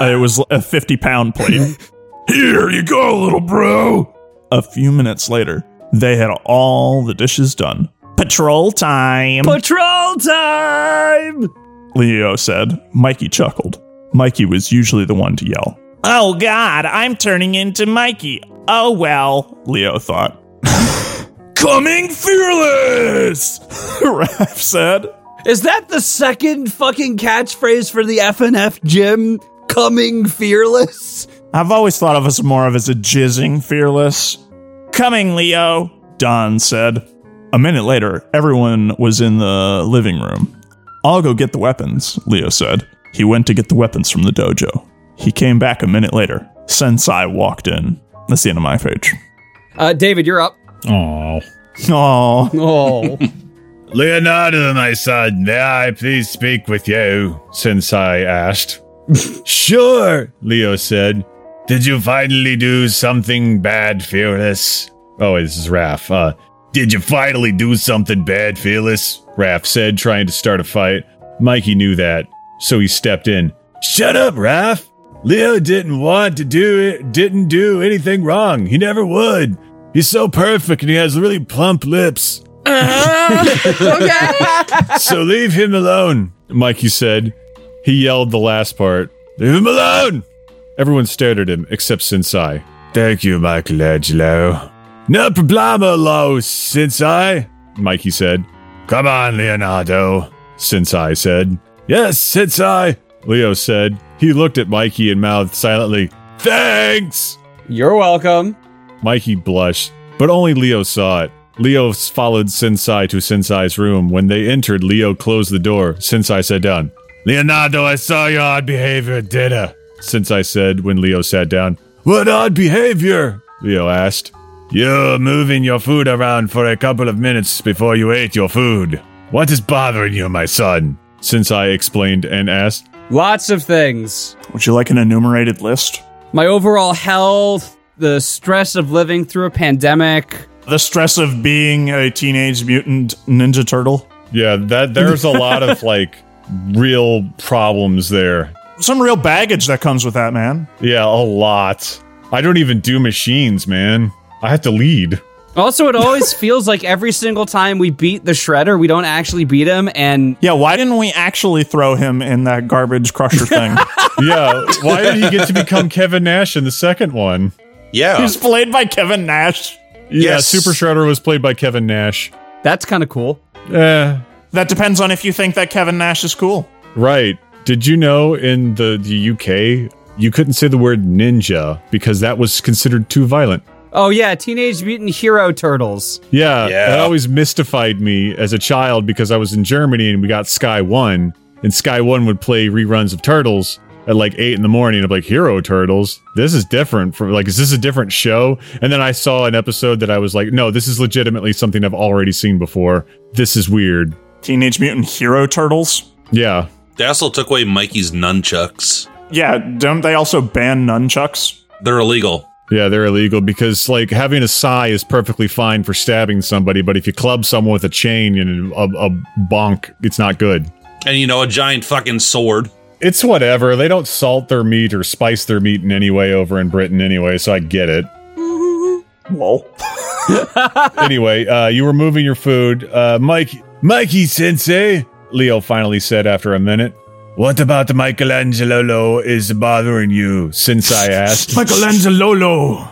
Uh, it was a 50 pound plate. Here you go, little bro. A few minutes later, they had all the dishes done. Patrol time.
Patrol time.
Leo said. Mikey chuckled. Mikey was usually the one to yell. Oh god, I'm turning into Mikey. Oh well, Leo thought. Coming fearless, [LAUGHS] Raph said.
Is that the second fucking catchphrase for the FNF gym? Coming fearless?
I've always thought of us more of as a jizzing fearless. Coming, Leo, Don said. A minute later, everyone was in the living room. I'll go get the weapons, Leo said. He went to get the weapons from the dojo. He came back a minute later. Sensei walked in. That's the end of my page.
Uh, David, you're up.
Oh.
Oh,
Oh,
Leonardo, my son, may I please speak with you? Sensei asked. [LAUGHS] sure, Leo said. Did you finally do something bad, Fearless? Oh, wait, this is Raph. Uh, did you finally do something bad, Fearless? Raph said, trying to start a fight. Mikey knew that, so he stepped in. Shut up, Raph! Leo didn't want to do it, didn't do anything wrong. He never would. He's so perfect and he has really plump lips. So leave him alone, Mikey said. He yelled the last part. Leave him alone! Everyone stared at him except Sensei. Thank you, Michelangelo. No problemo, Sensei, Mikey said. Come on, Leonardo, Sensei said. Yes, Sensei, Leo said. He looked at Mikey and mouthed silently, Thanks!
you're welcome.
Mikey blushed, but only Leo saw it. Leo followed Sensei to Sensei's room. When they entered, Leo closed the door. Sensei sat down. Leonardo, I saw your odd behavior at dinner, Sensei said when Leo sat down. What odd behavior? Leo asked. You're moving your food around for a couple of minutes before you ate your food. What is bothering you, my son? Sensei explained and asked.
Lots of things.
would you like an enumerated list?
My overall health, the stress of living through a pandemic.
The stress of being a teenage mutant ninja turtle.
Yeah, that there's a lot [LAUGHS] of like real problems there.
Some real baggage that comes with that, man.
Yeah, a lot. I don't even do machines, man. I have to lead.
Also, it
[LAUGHS]
always feels like every single time we beat the Shredder, we don't actually beat him, and
Yeah, why didn't we actually throw him in that garbage [LAUGHS] crusher thing?
Yeah. Why did he get to become Kevin Nash in the second one?
Yeah.
He's played by Kevin Nash.
Yeah,
Yes.
Super Shredder was played by Kevin Nash.
that's kind of cool.
Eh,
That depends on if you think that Kevin Nash is cool.
right. Did you know in the, the UK you couldn't say the word ninja because that was considered too violent?
Oh yeah, Teenage Mutant Hero Turtles.
Yeah,
Yeah.
that always mystified me as a child because I was in Germany and we got Sky One, and Sky One would play reruns of Turtles at like eight in the morning. I'm like, Hero Turtles, this is different from like, is this a different show? And then I saw an episode that I was like, no, this is legitimately something I've already seen before. This is weird.
Teenage Mutant Hero Turtles?
Yeah,
They also took away Mikey's nunchucks.
Yeah, don't they also ban nunchucks?
They're illegal.
yeah, they're illegal because like having a sai is perfectly fine for stabbing somebody, but if you club someone with a chain and a, a bonk, it's not good.
And you know, a giant fucking sword.
It's whatever. They don't salt their meat or spice their meat in any way over in Britain anyway, so I get it.
Lol.
anyway, uh, you were moving your food. Uh, Mike, Mikey Sensei, Leo finally said after a minute. What about Michelangelo is bothering you? Sensei asked.
[LAUGHS] Michelangelo.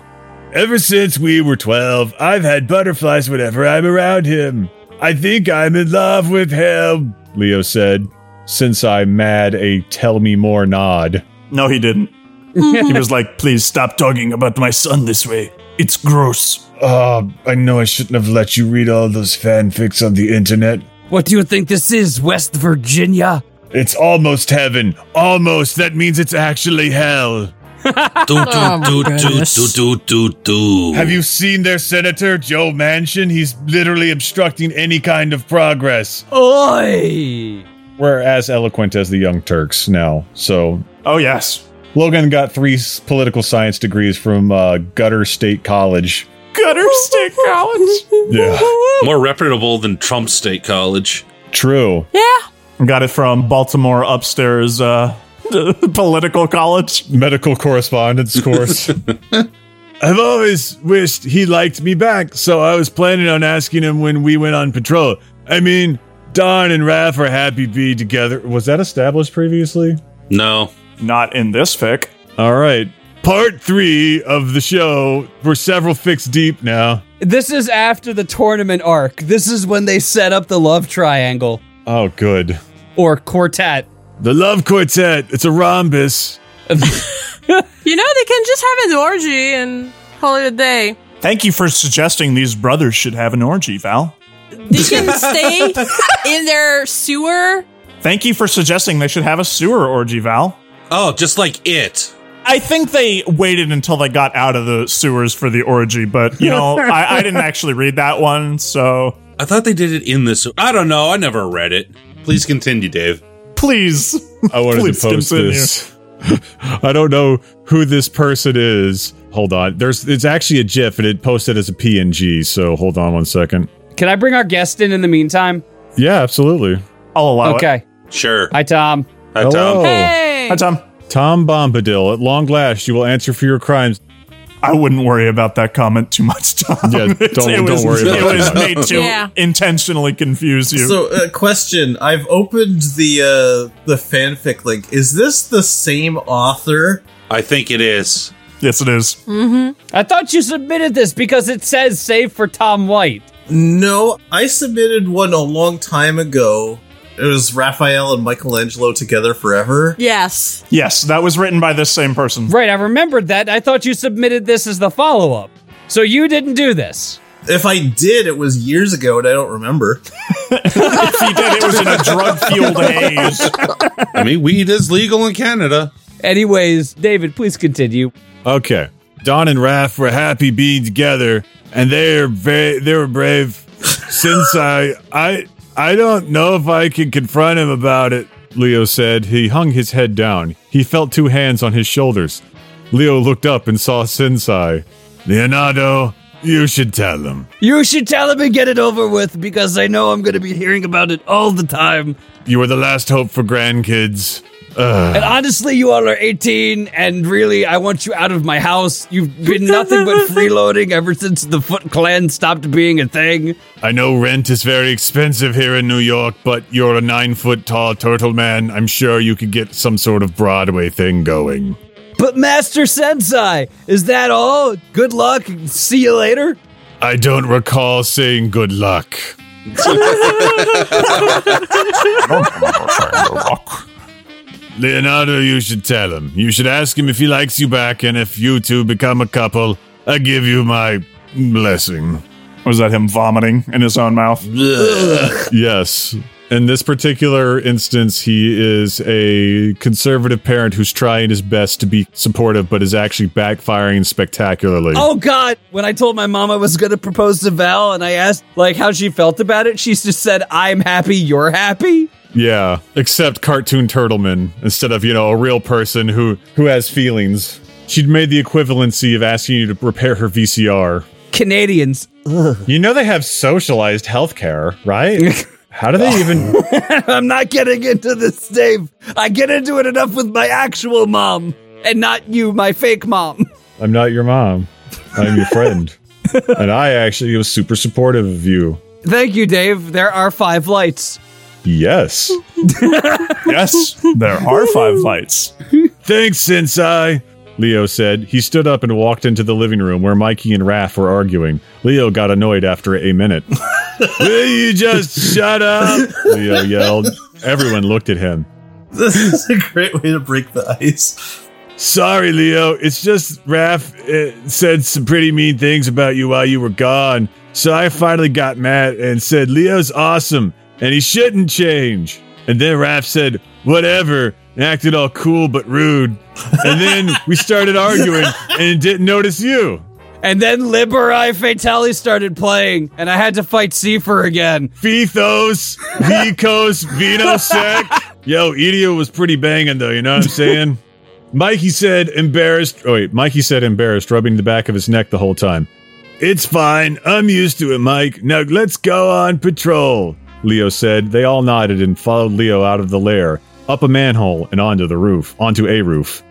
Ever since we were 12, I've had butterflies whenever I'm around him. I think I'm in love with him, Leo said. Sensei mad a tell me more nod.
No, he didn't. he was like, please stop talking about my son this way. It's gross.
Uh, I know I shouldn't have let you read all those fanfics on the internet.
What do you think this is, West Virginia?
It's almost heaven. Almost. That means it's actually hell.
Do
Oh,
do do do
goodness.
do do do do.
Have you seen their senator, Joe Manchin? He's literally obstructing any kind of progress.
Oi!
We're as eloquent as the Young Turks now, so.
Oh, yes.
Logan got three s- political science degrees from uh, Gutter State College.
Gutter stick Collins.
Yeah.
more reputable than Trump State College?
True.
Got it from Baltimore upstairs uh, [LAUGHS] political college.
medical correspondence course. I've always wished he liked me back, so I was planning on asking him when we went on patrol. I mean, Don and Raph are happy to be together. Was that established previously?
No.
Not in this fic.
All right. Part three of the show. We're several fics deep now.
This is after the tournament arc. This is when they set up the love triangle
Oh, good.
or quartet.
The Love Quartet. It's a rhombus.
You know, they can just have an orgy and call it a day.
Thank you for suggesting these brothers should have an orgy, Val.
They can stay in their sewer.
Thank you for suggesting they should have a sewer orgy, Val.
Oh, just like it.
I think they waited until they got out of the sewers for the orgy, but
[LAUGHS]
you know, I, I didn't actually read that one, so
I thought they did it in this. I don't know. I never read it. Please continue, Dave.
please.
I wanted
Please
to post
continue.
this. [LAUGHS] I don't know who this person is. Hold on. There's it's actually a GIF and it posted as a PNG, so hold on one second.
Can I bring our guest in in the meantime?
Yeah, absolutely.
I'll allow it.
Okay.
Sure.
Hi, Tom.
Hi,
Hello.
Tom.
Hey!
Hi, Tom.
Tom Bombadil, at long last you will answer for your crimes.
I wouldn't worry about that comment too much, Tom.
Yeah, don't- don't
was,
worry about
[LAUGHS] it.
that
was
much.
[LAUGHS]
made to
Yeah.
intentionally confuse you.
So, uh, question: I've opened the uh, the fanfic link. Is this the same author?
I think it is.
yes, it is.
I thought you submitted this because it says save for Tom White.
No, I submitted one a long time ago. It was Raphael and Michelangelo together forever.
Yes.
Yes, that was written by this same person.
Right, I remembered that. I thought you submitted this as the follow up. So you didn't do this.
If I did, it was years ago, and I don't remember. [LAUGHS]
He did. It was in
[LAUGHS]
a drug-fueled
[LAUGHS]
haze.
I mean, weed is legal in Canada.
Anyways, David, please continue.
Okay. Don and Raph were happy being together, and they're very they were brave. Since I I I don't know if I can confront him about it, Leo said. He hung his head down. He felt two hands on his shoulders. Leo looked up and saw Sensei. Leonardo, you should tell him.
You should tell him and get it over with because I know I'm going to be hearing about it all the time.
You were the last hope for grandkids.
And honestly, you all are 18, and really, I want you out of my house. You've been nothing but freeloading ever since the Foot Clan stopped being a thing.
I know rent is very expensive here in New York, but you're a nine foot tall turtle man. I'm sure you could get some sort of Broadway thing going.
But Master Sensei, is that all? Good luck. See you later.
I don't recall saying good luck. Leonardo, you should tell him. You should ask him if he likes you back, and if you two become a couple, I give you my blessing.
Was that him vomiting in his own mouth?
yes. In this particular instance, he is a conservative parent who's trying his best to be supportive, but is actually backfiring spectacularly.
Oh God! When I told my mom I was gonna propose to Val, and I asked like how she felt about it, she just said, "I'm happy, you're happy."
Yeah, except cartoon turtleman instead of you know a real person who who has feelings. She'd made the equivalency of asking you to repair her VCR.
Canadians, [LAUGHS]
you know they have socialized healthcare, right? How do they even?
I'm not getting into this, Dave. I get into it enough with my actual mom, and not you, my fake mom. [LAUGHS]
I'm not your mom. I'm your friend, and I actually was super supportive of you.
Thank you, Dave. There are five lights.
Yes. yes, there are five lights.
Thanks, Sensei.
Leo said. He stood up and walked into the living room where Mikey and Raph were arguing. Leo got annoyed after a minute.
Will you just shut up?
Leo yelled. Everyone looked at him.
This is a great way to break the ice.
Sorry, Leo. It's just Raph uh, said some pretty mean things about you while you were gone. So I finally got mad and said, Leo's awesome and he shouldn't change. And then Raph said, whatever, and acted all cool but rude. And then we started arguing and didn't notice you.
And then Liberi Fatali started playing, and I had to fight Seifer again.
Fethos, Vicos, Vinosec. Yo, Edio was pretty banging though, you know what I'm [LAUGHS] saying?
Mikey said, embarrassed. Oh, wait. Mikey said, embarrassed, rubbing the back of his neck the whole time.
It's fine. I'm used to it, Mike. Now let's go on patrol.
Leo said. They all nodded and followed Leo out of the lair, up a manhole and onto the roof, onto a roof.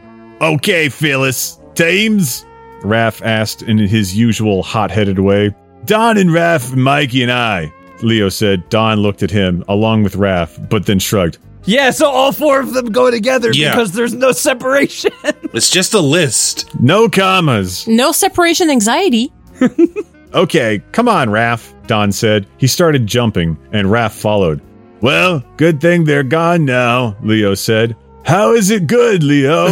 Okay, Phyllis. Teams?
Raph asked in his usual hot headed way.
Don and Raph, Mikey and I.
Leo said. Don looked at him, along with Raph, but then shrugged.
Yeah, so all four of them go together
Yeah.
because there's no separation.
It's just a list.
No commas.
No separation anxiety.
Okay, come on, Raph, Don said. He started jumping, and Raph followed.
Well, good thing they're gone now,
Leo said.
How is it good,
[LAUGHS]
Leo?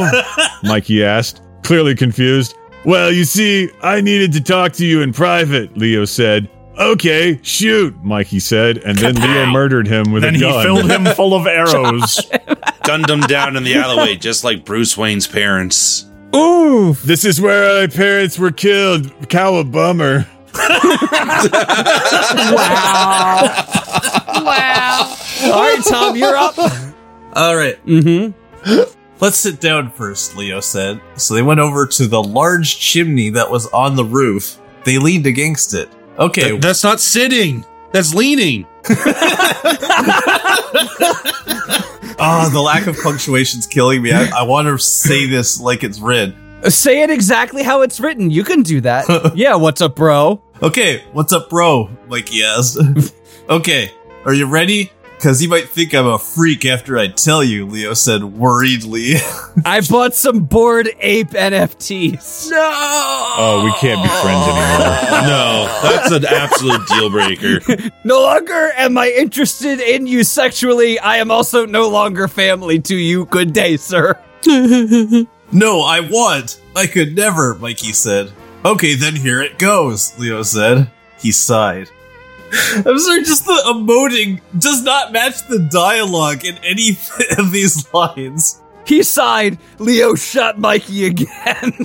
Mikey asked, clearly confused.
well, you see, I needed to talk to you in private, Leo said. Okay, shoot.
Mikey said, and then Leo murdered him with
Then
a
he
[LAUGHS]
gun.
filled him full of arrows.
Gunned them down in the alleyway, just like Bruce Wayne's parents.
Ooh. This is where my parents were killed. Cow a bummer.
Wow.
All right, Tom, you're up.
[LAUGHS] All right.
Mm-hmm.
Let's sit down first, Leo said. So they went over to the large chimney that was on the roof. They leaned against it. Okay.
Th- that's not sitting. That's leaning.
Ah, the lack of punctuation's killing me. I, I want to say this like it's read.
Say it exactly how it's written. You can do that. yeah, what's up, bro?
Okay, what's up, bro? Like he asked. [LAUGHS] okay, are you ready? Because you might think I'm a freak after I tell you, Leo said worriedly. [LAUGHS]
I bought some bored ape NFTs. No,
Oh, we can't be friends anymore.
Oh.
No, that's an absolute deal breaker.
no longer am I interested in you sexually. I am also no longer family to you. Good day, sir.
no, I want. I could never, Mikey said. Okay, then here it goes, Leo said. He sighed. [LAUGHS] I'm sorry, just the emoting does not match the dialogue in any [LAUGHS] of these lines.
He sighed. Leo shot Mikey again. [LAUGHS]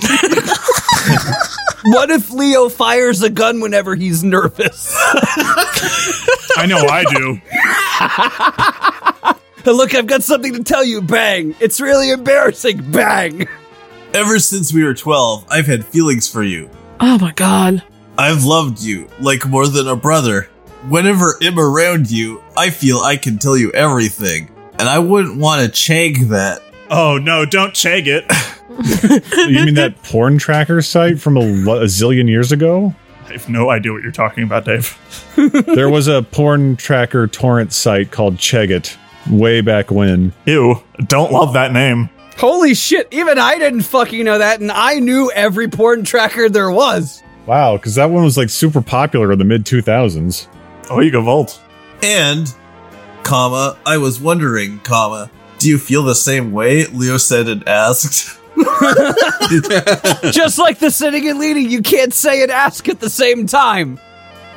what if Leo fires a gun whenever he's nervous?
I know I do.
Look, I've got something to tell you. Bang. It's really embarrassing. Bang.
Ever since we were 12, I've had feelings for you.
Oh my god.
I've loved you like more than a brother. Whenever I'm around you, I feel I can tell you everything, and I wouldn't want to change that.
Oh no! Don't chag it.
you mean that porn tracker site from a, lo- a zillion years ago?
I have no idea what you're talking about, Dave.
there was a porn tracker torrent site called Chegit way back when.
Ew, don't love that name.
Holy shit, even I didn't fucking know that, and I knew every porn tracker there was.
Wow, because that one was like super popular in the mid 2000s.
Oh, you go Volt.
And, comma, I was wondering, comma, do you feel the same way? Leo said and asked.
[LAUGHS]
[LAUGHS]
Just like the sitting and leading, you can't say and ask at the same time.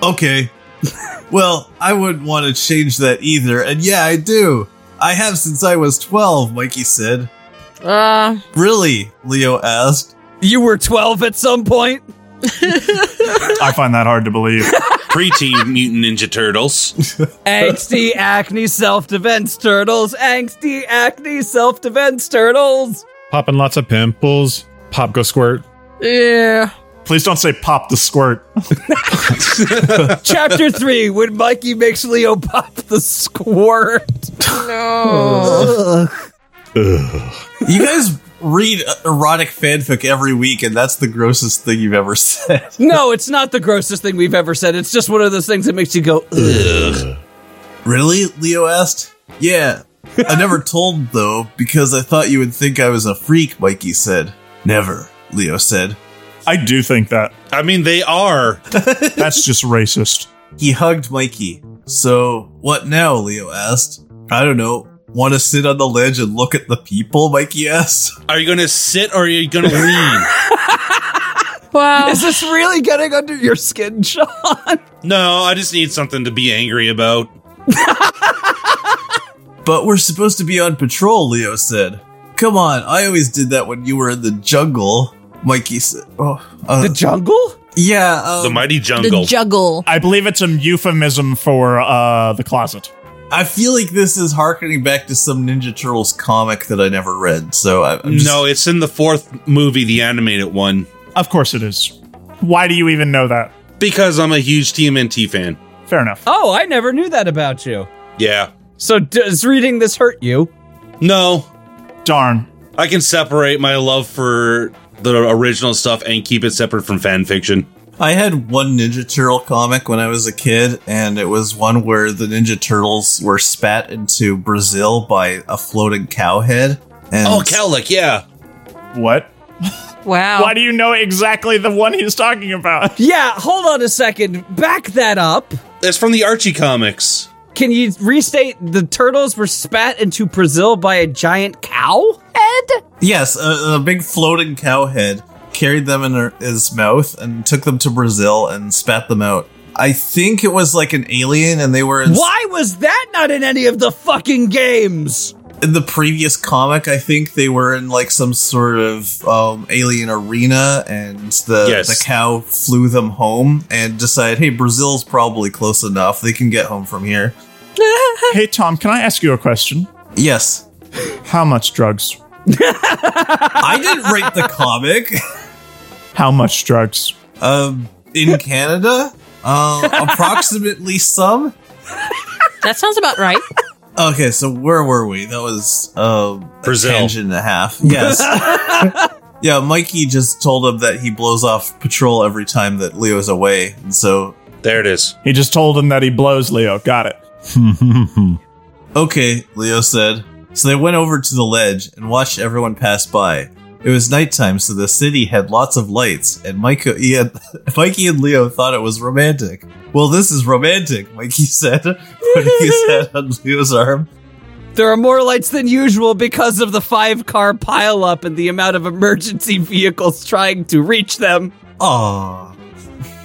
Okay. [LAUGHS] well, I wouldn't want to change that either, and yeah, I do. I have since I was 12, Mikey said.
Uh,
Really? Leo asked.
You were 12 at some point?
I find that hard to believe.
Preteen Mutant Ninja Turtles.
[LAUGHS] Angsty acne self defense turtles. Angsty acne self defense turtles.
Popping lots of pimples. Pop go squirt. [LAUGHS]
yeah.
Please don't say pop the squirt.
[LAUGHS] Chapter 3 When Mikey makes Leo pop the squirt.
No.
You guys read erotic fanfic every week, and that's the grossest thing you've ever [LAUGHS] said.
No, it's not the grossest thing we've ever said. It's just one of those things that makes you go, ugh.
Really? Leo asked. Yeah. I [LAUGHS] never told, though, because I thought you would think I was a freak, Mikey said. Never, Leo said.
I do think that.
I mean, they are.
That's just racist.
He hugged Mikey. So, what now? Leo asked. I don't know. Want to sit on the ledge and look at the people? Mikey asked.
Are you going to sit or are you going to lean?
Wow.
Is this really getting under your skin, Sean?
No, I just need something to be angry about.
But we're supposed to be on patrol, Leo said. Come on, I always did that when you were in the jungle, Mikey said. Oh, uh,
The jungle?
yeah, um,
The mighty
The
jungle.
juggle.
I believe it's a euphemism for uh, the closet.
I feel like this is harkening back to some Ninja Turtles comic that I never read. So I, am just,
no, it's in the fourth movie, the animated one,
Of course it is. Why do you even know that?
because I'm a huge TMNT fan.
Fair enough.
Oh, I never knew that about you.
Yeah.
So, does reading this hurt you?
No,
Darn.
I can separate my love for the original stuff and keep it separate from fan fiction.
I had one Ninja Turtle comic when I was a kid, and it was one where the Ninja Turtles were spat into Brazil by a floating cow head. And
Oh, Cowlick, yeah.
What?
Wow.
Why do you know exactly the one he's
[LAUGHS]
talking about?
Yeah, hold on a second. Back that up.
It's from the Archie comics.
Can you restate the turtles were spat into Brazil by a giant cow head?
Yes, a, a big floating cow head carried them in her, his mouth and took them to Brazil and spat them out. I think it was like an alien, and they were in,
Why was that not in any of the fucking games?
in the previous comic. I think they were in like some sort of um, alien arena, and the
Yes.
the cow flew them home and decided, hey, Brazil's probably close enough; they can get home from here.
hey, Tom, can I ask you a question?
Yes,
How much drugs?
I
[LAUGHS]
didn't write the comic.
How much drugs?
Um, in Canada,
[LAUGHS]
uh, approximately some.
That sounds about right.
Okay, so where were we? That was uh,
Brazil.
a tangent and a half.
[LAUGHS]
Yes. yeah, Mikey just told him that he blows off patrol every time that Leo's away, and so
There it is.
He just told him that he blows Leo. Got it.
Oh,
okay, Leo said. So they went over to the ledge and watched everyone pass by. It was nighttime, so the city had lots of lights, and [LAUGHS] Mike, he had, Mikey and Leo thought it was romantic. Well, this is romantic, Mikey said, [LAUGHS] putting his head on Leo's arm.
There are more lights than usual because of the five car pileup and the amount of emergency [LAUGHS] vehicles trying to reach them.
Aw.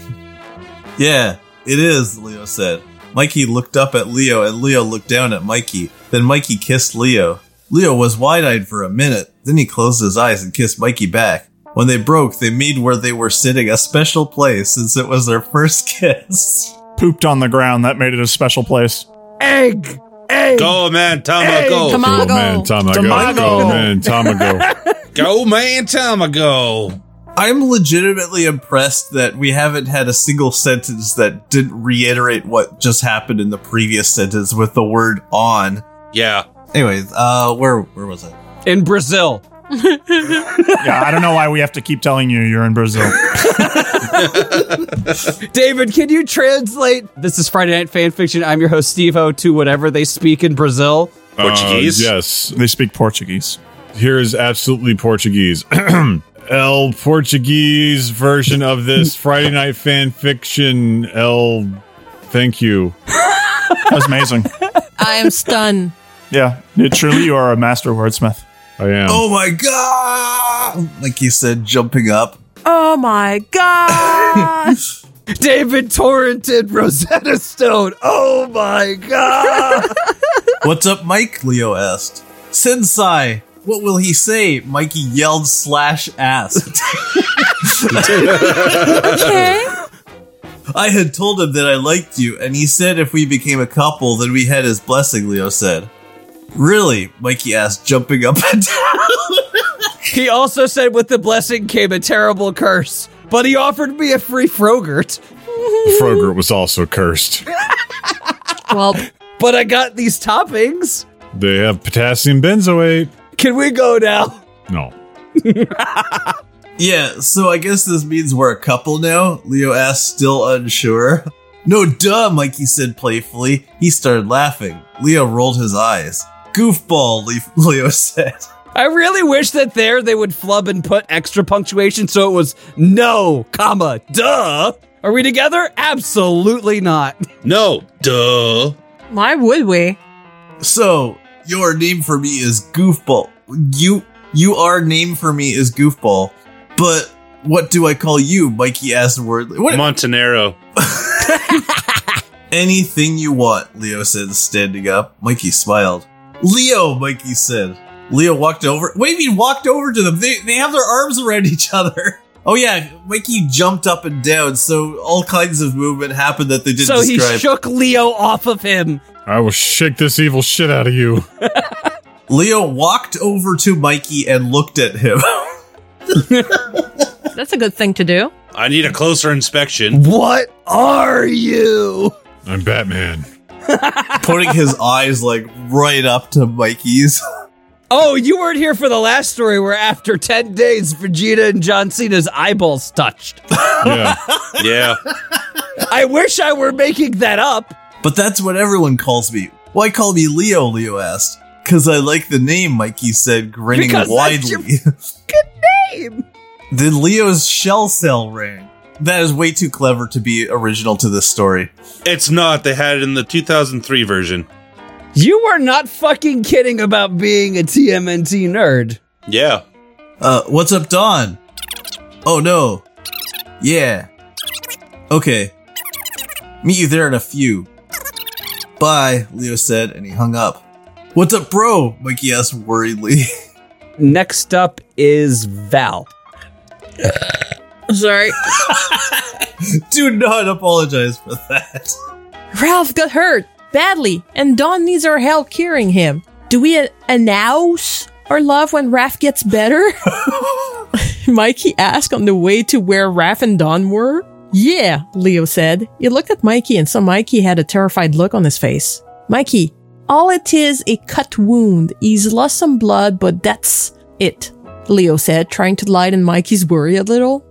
[LAUGHS] yeah, it is, Leo said. Mikey looked up at Leo and Leo looked down at Mikey. Then Mikey kissed Leo. Leo was wide eyed for a minute. Then he closed his eyes and kissed Mikey back. When they broke, they made where they were sitting a special place since it was their first [LAUGHS] kiss.
Pooped on the ground. That made it a special place.
Egg! Egg!
Go, man, Tama, go.
Come
Go,
oh,
on,
man, time ago.
Tamago.
Go, man, time
[LAUGHS]
Uh,
ago.
Go, man, Tama, go.
I'm legitimately impressed that we haven't had a single sentence that didn't reiterate what just happened in the previous sentence with the word on.
Yeah.
Anyways, uh, where where was I?
in Brazil.
yeah, I don't know why we have to keep telling you you're in Brazil.
David, can you translate? This is Friday Night Fan Fiction. I'm your host, Steve O, to whatever they speak in Brazil.
Uh, yes. They speak Portuguese. Here is absolutely Portuguese. [CLEARS THROAT] El Portuguese version of
[LAUGHS]
this Friday Night Fan Fiction. El, thank you.
That was amazing.
I am stunned.
Yeah, truly, you are a master wordsmith.
I am.
Oh my god! Like he said, jumping up.
Oh my gosh.
David torrented Rosetta Stone. Oh my god!
What's up, Mike? Leo asked. Sensei, what will he say? Mikey yelled slash asked. [LAUGHS]
Okay.
I had told him that I liked you, and he said if we became a couple, then we had his blessing, Leo said. Really? Mikey asked, jumping up and
[LAUGHS]
[LAUGHS]
He also said with the blessing came a terrible curse, but he offered me a free Frogurt.
Froger was also cursed.
well,
but I got these toppings.
They have potassium benzoate.
Can we go now?
No.
Yeah, so I guess this means we're a couple now? Leo asked, still unsure. [LAUGHS] No, duh, Mikey said playfully. He started laughing. Leo rolled his eyes. Goofball, Le- [LAUGHS] Leo said.
I really wish that there they would flub and put extra punctuation so it was no, comma, duh. Are we together? Absolutely not.
No, duh.
Why would we?
So, your name for me is Goofball. You, you are name for me is Goofball. But what do I call you? Mikey asked wordly. What?
Montanero.
Anything you want, Leo said, standing up. Mikey smiled. Leo, Mikey said. Leo walked over. What do you mean walked over to them? They, they have their arms around each other. [LAUGHS] Oh yeah, Mikey jumped up and down, so all kinds of movement happened that they didn't
so
describe.
he shook Leo off of him.
I will shake this evil shit out of you.
Leo walked over to Mikey and looked at him. [LAUGHS]
That's a good thing to do.
I need a closer inspection.
What are you?
I'm
[LAUGHS]
Batman.
Putting
[LAUGHS]
his eyes like right up to Mikey's. [LAUGHS]
Oh, you weren't here for the last story where after 10 days, Vegeta and John Cena's eyeballs touched.
Yeah.
Yeah.
I wish I were making that up.
But that's what everyone calls me. Why call me Leo? Leo asked. Cause I like the name, Mikey said, grinning
Because that's your-
[LAUGHS] widely.
Name.
then Leo's shell cell rang. That is way too clever to be original to this story.
It's not. They had it in the 2003 version.
You are not fucking kidding about being a TMNT nerd.
Yeah.
Uh, what's up, Don? Oh no. Yeah. Okay. Meet you there in a few. Bye, Leo said, and he hung up. What's up, bro? Mikey asked worriedly. [LAUGHS]
Next up is Val.
Sorry.
Do not apologize for that.
Ralph got hurt badly, and Don needs our help curing him. Do we uh, announce our love when Ralph gets better? [LAUGHS] Mikey asked on the way to where Ralph and Don were. Yeah, Leo said. He looked at Mikey and saw Mikey had a terrified look on his face. Mikey, all it is a cut wound. He's lost some blood, but that's it, Leo said, trying to lighten Mikey's worry a little.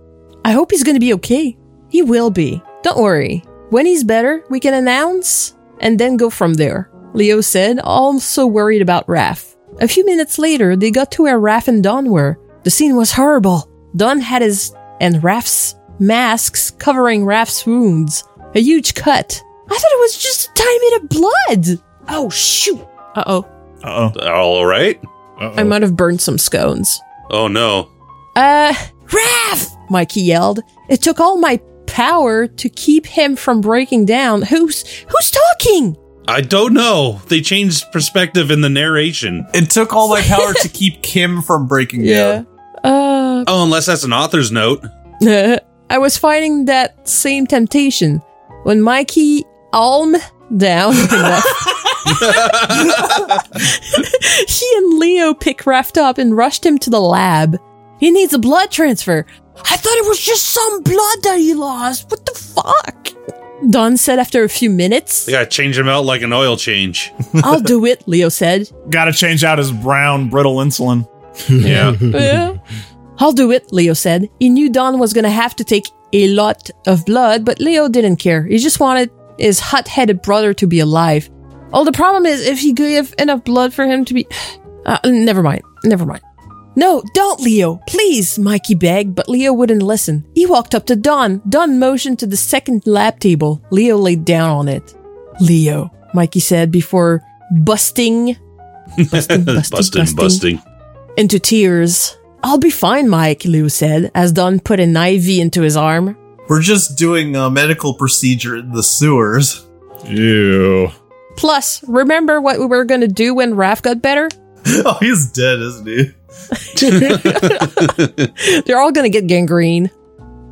I hope he's gonna be okay. He will be. Don't worry. When he's better, we can announce and then go from there, Leo said, also worried about Raph. A few minutes later, they got to where Raph and Don were. The scene was horrible. Don had his and Raph's masks covering Raph's wounds. A huge cut. I thought it was just a tiny bit of blood. Oh, shoot. Uh oh.
Uh oh.
All right.
I might have burned some scones.
Oh, no.
Uh, Raph! Mikey yelled. It took all my power to keep him from breaking down. Who's who's talking?
I don't know. They changed perspective in the narration.
It took all my power to keep Kim from breaking
Uh,
down.
Oh, unless that's an author's note.
[LAUGHS] I was fighting that same temptation when Mikey alm down. [LAUGHS] he and Leo pick Raph up and rushed him to the lab. He needs a blood transfer. I thought it was just some blood that he lost. What the fuck? Don said after a few minutes.
They gotta change him out like an oil change. [LAUGHS]
I'll do it, Leo said.
Gotta change out his brown, brittle insulin.
Yeah.
Yeah. I'll do it, Leo said. He knew Don was going to have to take a lot of blood, but Leo didn't care. He just wanted his hot headed brother to be alive. Oh, the problem is if he gave enough blood for him to be. [SIGHS] Uh, never mind. Never mind. No, don't, Leo. Please, Mikey begged, but Leo wouldn't listen. He walked up to Don. Don motioned to the second lab table. Leo laid down on it. Leo, Mikey said before busting
busting, busting, busting.
into tears. I'll be fine, Mike, Leo said, as Don put an IV into his arm.
We're just doing a medical procedure in the sewers. [LAUGHS]
Ew.
Plus, remember what we were gonna do when Raph got better?
Oh, he's dead, isn't he?
They're all gonna get gangrene.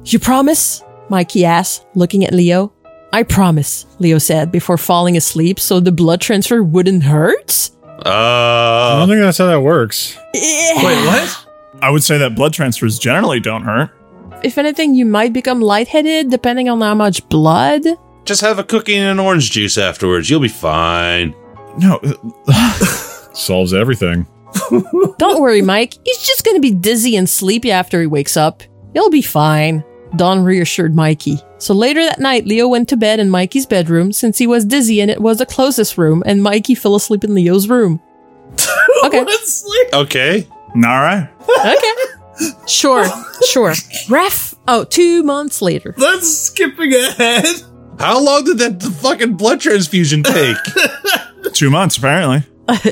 You promise? Mikey asked, looking at Leo. I promise, Leo said before falling asleep so the blood transfer wouldn't hurt?
Uh,
I don't think that's how that works.
Wait, what? I would say that blood transfers generally don't hurt.
If anything, you might become lightheaded depending on how much blood.
Just have a cookie and an orange juice afterwards. You'll be fine.
No.
Solves everything.
Don't worry, Mike. He's just gonna be dizzy and sleepy after he wakes up. He'll be fine. Don reassured Mikey. So later that night, Leo went to bed in Mikey's bedroom since he was dizzy and it was the closest room, and Mikey fell asleep in Leo's room.
[LAUGHS]
Okay.
Okay.
All right.
Okay. Sure. [LAUGHS] Sure. Ref. Oh, two months [LAUGHS] later.
That's skipping ahead.
How long did that fucking blood transfusion [LAUGHS] take?
Two months, apparently.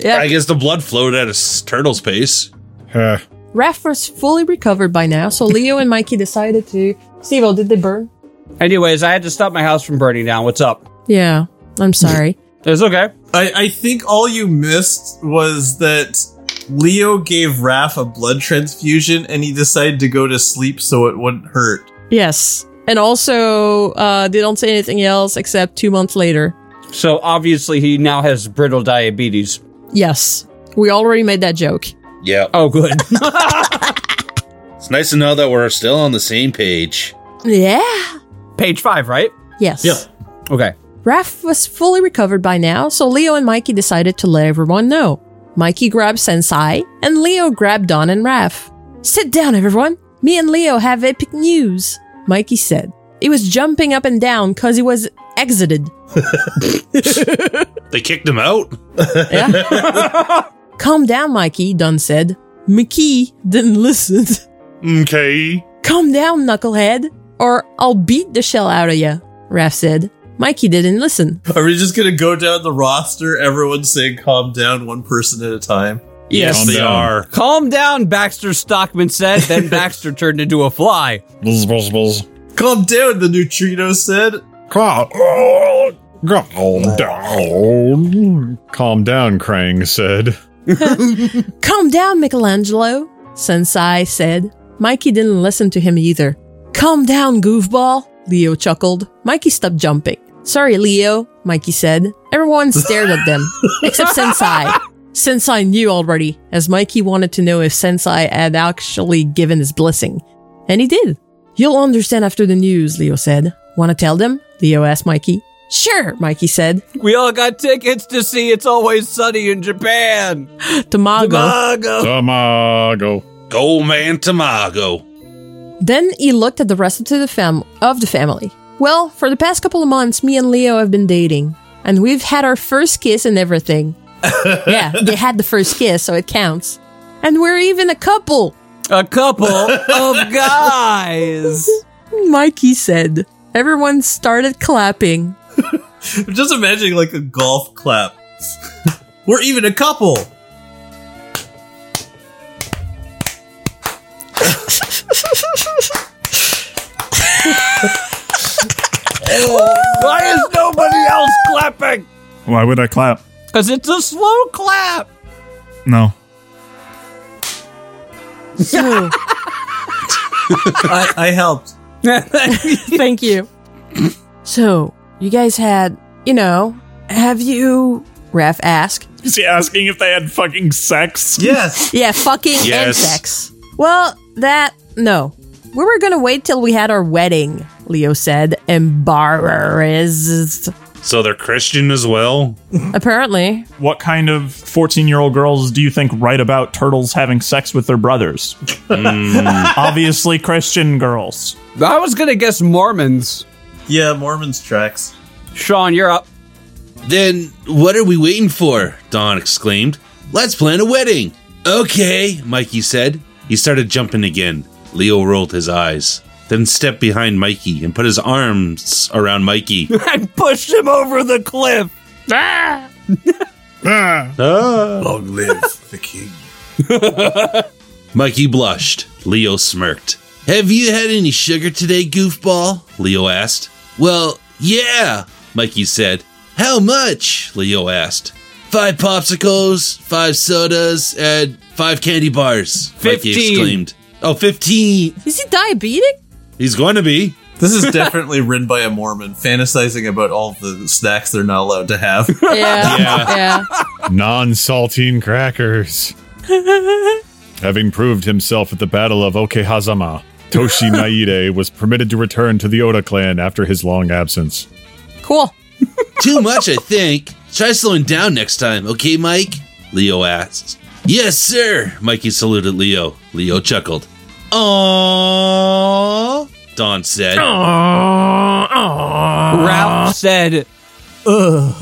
yeah.
I guess the blood flowed at a s- turtle's pace.
Huh.
Ref was fully recovered by now, so Leo and Mikey decided to. Steve, oh, did they burn?
Anyways, I had to stop my house from burning down. What's up?
Yeah. I'm [LAUGHS] sorry.
It's okay.
I, I think all you missed was that Leo gave Raph a blood transfusion and he decided to go to sleep so it wouldn't hurt.
yes. And also, uh, they don't say anything else except two months later.
So obviously he now has brittle diabetes.
Yes. We already made that joke.
Yeah.
Oh, good. [LAUGHS]
It's nice to know that we're still on the same page.
Yeah.
Page five, right?
Yes.
Okay.
Raph was fully recovered by now, so Leo and Mikey decided to let everyone know. Mikey grabbed Sensei, and Leo grabbed Don and Raph. Sit down, everyone. Me and Leo have epic news, Mikey said. He was jumping up and down because he was exited.
They kicked him out?
Calm down, Mikey, Don said. Mickey didn't [LAUGHS] listen.
Okay.
Calm down, knucklehead, or I'll beat the shell out of you, Raph said. Mikey didn't listen.
Are we just gonna go down the roster, everyone saying calm down one person at a time?
Yes,
Calm
they
down.
are.
Calm down, Baxter Stockman said. Then Baxter turned into a fly.
Buzz, buzz, buzz.
Calm down, the neutrino said. [LAUGHS]
Calm, oh, calm down. Calm down, Krang said.
Calm down, Michelangelo, Sensei said. Mikey didn't listen to him either. Calm down, goofball, Leo chuckled. Mikey stopped jumping. Sorry, Leo, Mikey said. Everyone stared at them, except Sensei. Sensei knew already, as Mikey wanted to know if Sensei had actually given his blessing. And he did. You'll understand after the news, Leo said. Wanna tell them? Leo asked Mikey. Sure, Mikey said.
We all got tickets to see It's Always Sunny in Japan.
Tamago.
Mago.
Tamago.
Go man Tamago.
Then he looked at the rest of the fam of the family. Well, for the past couple of months, me and Leo have been dating, and we've had our first kiss and everything. yeah, they had the first kiss, so it counts. And we're even a couple,
A couple [LAUGHS] of guys.
Mikey said. Everyone started clapping.
I'm just imagining like a golf clap. [LAUGHS] We're even a couple.
Why is nobody else clapping?
Why would I clap?
Because it's a slow clap.
No.
So,
I, I helped.
thank you. So, you guys had, you know, have you? Raph asked.
Is he asking if they had fucking sex?
[LAUGHS]
Yes.
Yeah, fucking
Yes.
insects. Well, that, no. We were gonna wait till we had our wedding, Leo said, embarrassed.
So they're Christian as well?
Apparently.
What kind of 14 year old girls do you think write about turtles having sex with their brothers?
Hmm.
[LAUGHS] Obviously, Christian girls.
I was going to guess Mormons.
Yeah, Mormons tracks.
Sean, you're up.
Then what are we waiting for? Don exclaimed. Let's plan a wedding. Okay, Mikey said. He started jumping again. Leo rolled his eyes, then stepped behind Mikey and put his arms around Mikey.
[LAUGHS] I pushed him over the cliff. Ah!
Long live the king. Mikey blushed. Leo smirked. Have you had any sugar today, goofball? Leo asked. Well, yeah, Mikey said. How much? Leo asked. Five popsicles, five sodas, and five candy bars, Mikey
Fifteen.
exclaimed. Oh, 15.
Is he
[LAUGHS]
diabetic?
He's going to be.
This is definitely written by a Mormon, fantasizing about all the snacks they're not allowed to have.
Yeah. yeah.
Non saltine crackers. Having proved himself at the Battle of Okehazama, Toshi Maide was permitted to return to the Oda clan after his long absence.
Cool.
Too much, I think. Try slowing down next time, okay, Mike? Leo asked. Yes, sir. Mikey saluted Leo. Leo chuckled. Aww. Don said.
Ralph said, "Ugh."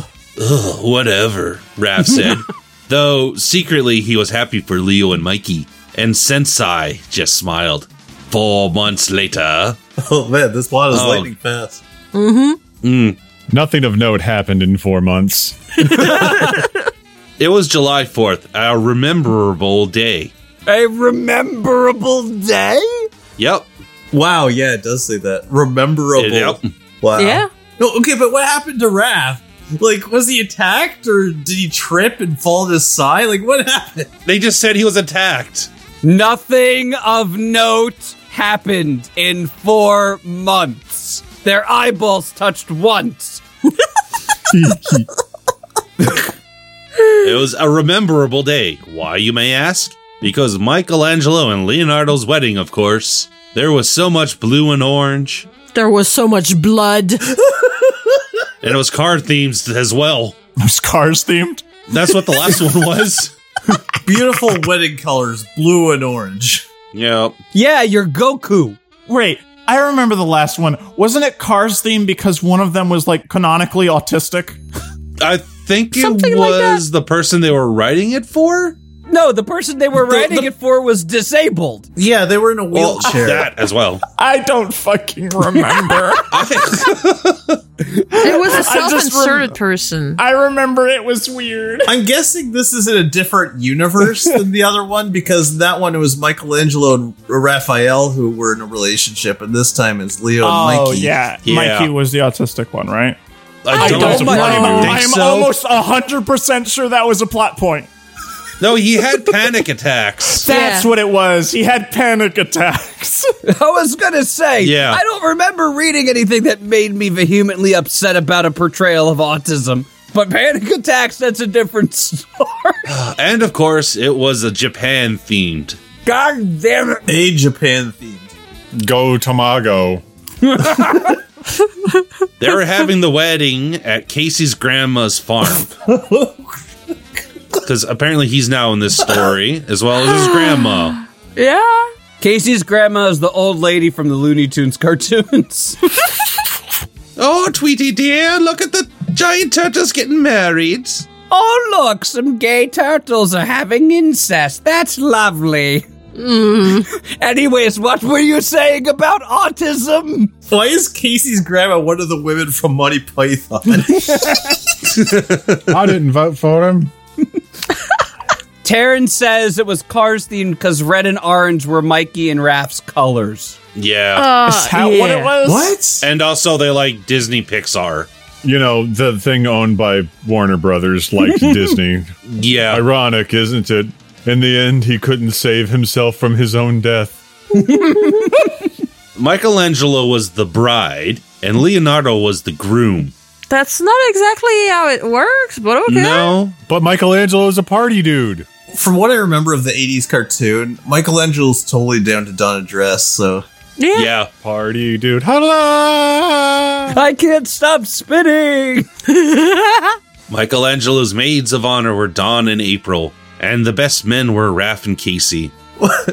Ugh, whatever,
[LAUGHS]
Raph said. Though secretly he was happy for Leo and Mikey, and Sensei just smiled. Four months later.
[LAUGHS] Oh man, this plot
is
lightning fast.
Mm-hmm.
Nothing of note happened in four months.
It was July 4th, a rememberable day.
A rememberable day?
Yep.
Wow, yeah, it does say that. Rememberable.
Yep.
Wow.
Yeah.
No, okay, but what happened to Raph? Like, was he attacked or did he trip and fall to his side? Like, what happened?
They just said he was attacked.
Nothing of note happened in four months. Their eyeballs touched once.
It was a rememberable day. Why, you may ask? Because Michelangelo and Leonardo's wedding, of course. There was so much blue and orange,
There was so much blood.
and it was car themes as well.
Those cars themed?
That's what
[LAUGHS]
the last one was.
Beautiful [LAUGHS] wedding colors, blue and orange.
Yep.
Yeah, you're Goku.
Wait, I remember the last one. Wasn't it cars themed because one of them was like canonically autistic?
I think it
Something like that.
was the person they were writing it for.
No, the person they were writing it for was disabled.
Yeah, they were in a
Well,
wheelchair.
that as well.
I don't fucking remember.
It was a
[LAUGHS] I just
self-inserted person.
[LAUGHS] I remember it was weird.
I'm guessing this is in a different universe than the other one because that one it was Michelangelo and Raphael who were in a relationship, and this time it's Leo and
Oh
Mikey.
yeah.
Yeah.
Mikey was the autistic one, right?
I don't,
Don't
know. I
blame him.
think
I'm
so.
almost hundred percent sure that was a plot point.
No, he had panic attacks.
That's
Yeah.
what it was. He had panic attacks.
I was gonna say,
Yeah.
I don't remember reading anything that made me vehemently upset about a portrayal of autism. But panic attacks, that's a different [LAUGHS] story.
And of course, it was a Japan themed.
God damn it.
A Japan themed.
Go Tamago.
They were having the wedding at Casey's grandma's farm. Because apparently he's now in this story, as well as his grandma.
Yeah.
Casey's grandma is the old lady from the Looney Tunes cartoons. [LAUGHS]
Oh, Tweety dear, look at the giant turtles getting married.
oh, look, some gay turtles are having incest. That's lovely. [LAUGHS] Anyways, what were you saying about autism?
Why is Casey's grandma one of the women from Monty Python?
[LAUGHS]
[LAUGHS]
I didn't vote for him.
Taryn says it was cars themed because red and orange were Mikey and Raph's colors.
Yeah.
Uh.
Is that what it was?
what?
and also, they like Disney Pixar.
You know, the thing owned by Warner Brothers, like Disney.
Yeah.
Ironic, isn't it? In the end, he couldn't save himself from his own death.
Michelangelo was the bride, and Leonardo was the groom.
That's not exactly how it works, but okay.
No,
But Michelangelo's a party dude.
From what I remember of the 80s cartoon, Michelangelo's totally down to don a dress, so
Yeah.
Party, dude. Hello.
I can't stop [LAUGHS] spinning.
Michelangelo's maids of honor were Dawn and April, and the best men were Raph and Casey.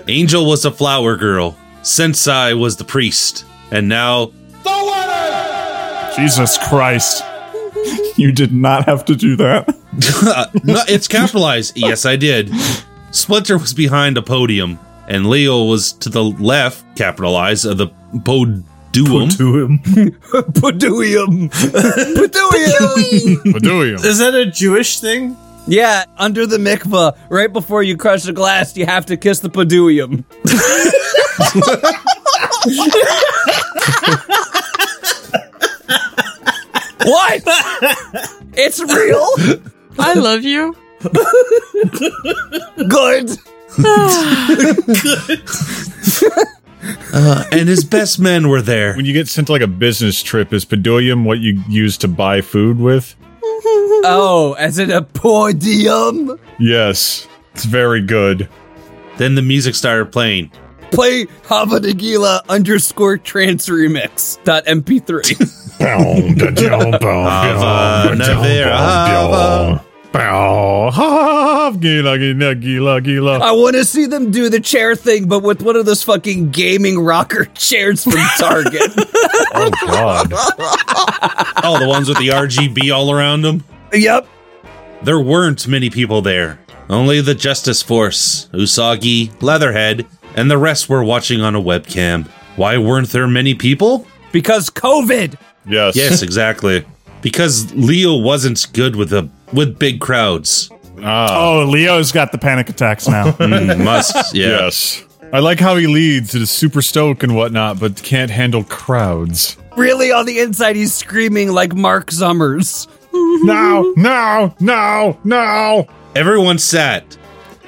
Angel was the flower girl, Sensei was the priest, and now [LAUGHS]
Jesus Christ. You did not have to do that. [LAUGHS]
uh, no, it's capitalized. Yes, I did. Splinter was behind a podium, and Leo was to the left, capitalized, of the podium. Podium.
[LAUGHS]
Paduium. Paduium.
Paduium.
Is that a Jewish thing?
Yeah, under the mikvah, right before you crush the glass, you have to kiss the paduium. [LAUGHS] what? It's real?
I love you.
Good.
Uh, and his best men were there.
When you get sent to like a business trip, is Paduium what you use to buy food with?
oh, as in a podium?
Yes. It's very good.
Then the music started playing.
Play Havadagila underscore trance remix dot mp3.
Ava, Navera, Ava.
Gila, gila, gila, gila.
I want to see them do the chair thing, but with one of those fucking gaming rocker [LAUGHS] chairs from Target.
Oh god.
Oh, the ones with the RGB all around them?
yep.
There weren't many people there. Only the Justice Force, Usagi, Leatherhead, and the rest were watching on a webcam. Why weren't there many people?
Because COVID.
Yes.
[LAUGHS]
Yes, exactly. Because Leo wasn't good with the with big crowds.
Ah,
Oh, Leo's got the panic attacks
[LAUGHS]
now.
Hmm,
[LAUGHS]
Must, yeah.
yes. I like how he leads and is super stoked and whatnot, but can't handle crowds.
Really, on the inside, he's screaming like Mark Summers.
No, no, no, no.
Everyone sat,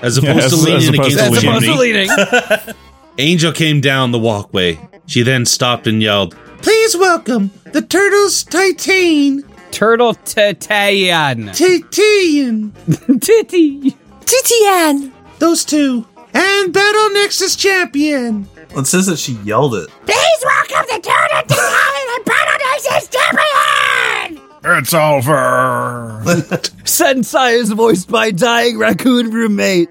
as opposed
as-
to
as
leaning
opposed
against
to
the
leaning.
chimney.
Supposed to leading.
Angel came down the walkway. She then stopped and yelled, "Please welcome the Turtles Titan
Turtle Tatayan.
Titian,
Titty.
Titian!
those two, and Battle Nexus champion."
It says that she yelled it.
Please welcome the turtle to heaven and paradise champion!
It's over.
Sensei is voiced by dying raccoon roommate.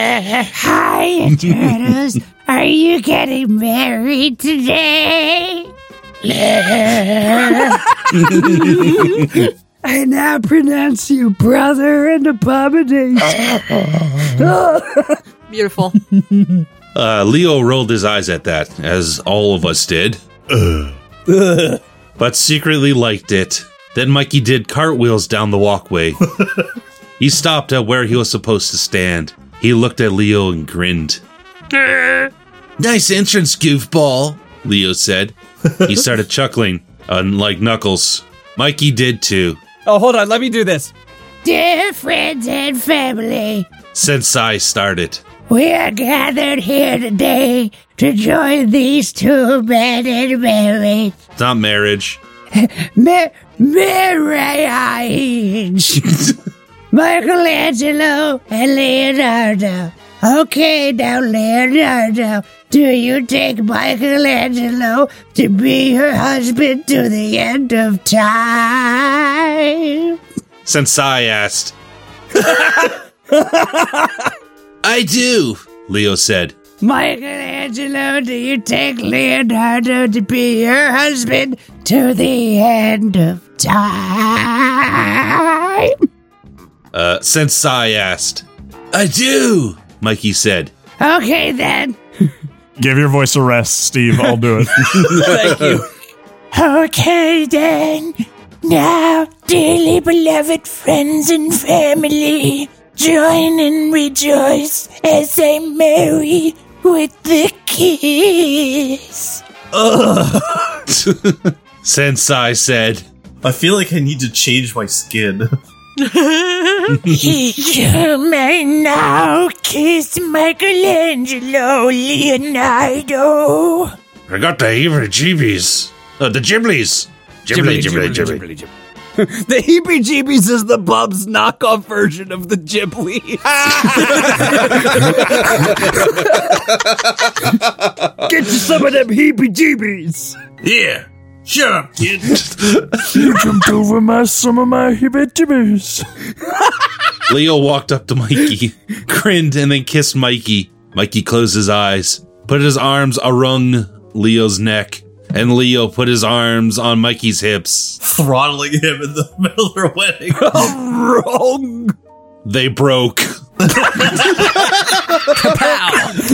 Hi, turtles. Are you getting married today?
[LAUGHS] I now pronounce you brother and abomination.
[LAUGHS]
Beautiful.
Uh, Leo rolled his eyes at that, as all of us did, [LAUGHS] but secretly liked it. Then Mikey did cartwheels down the [LAUGHS] walkway. he stopped at where he was supposed to stand. He looked at Leo and grinned. [LAUGHS] nice entrance, goofball, Leo said. He started chuckling, unlike Knuckles. Mikey did too.
Oh, hold on. Let me do this.
Dear friends and family,
Sensei started.
we are gathered here today to join these two men in marriage.
It's not marriage.
Ma- marriage. Michelangelo and Leonardo. Okay, now Leonardo, do you take Michelangelo to be your husband to the end of time? [LAUGHS]
Sensei asked. I do, Leo said.
Michelangelo, do you take Leonardo to be your husband to the end of time?
Uh, Sensei asked. I do, Mikey said.
Okay, then.
Give your voice a rest, Steve. I'll do [LAUGHS] it.
Thank you.
Okay, then. Now, dearly beloved friends and family, join and rejoice as I marry with the kiss.
Sensei said.
I feel like I need to change my skin. [LAUGHS]
you may
Oh,
now kiss Michelangelo, Leonardo.
I got the heebie jeebies. Uh, the ghiblies. Ghibli, ghibli, ghibli.
the heebie jeebies is the Bub's knockoff version of the Ghibli.
Get you some of them heebie jeebies.
Yeah. Shut up, [LAUGHS] kid.
you jumped over my some of my hibitibus.
[LAUGHS] Leo walked up to Mikey, grinned, and then kissed Mikey. Mikey closed his eyes, put his arms around Leo's neck, and Leo put his arms on Mikey's hips.
throttling him in the [LAUGHS] middle of their wedding. wrong.
They broke.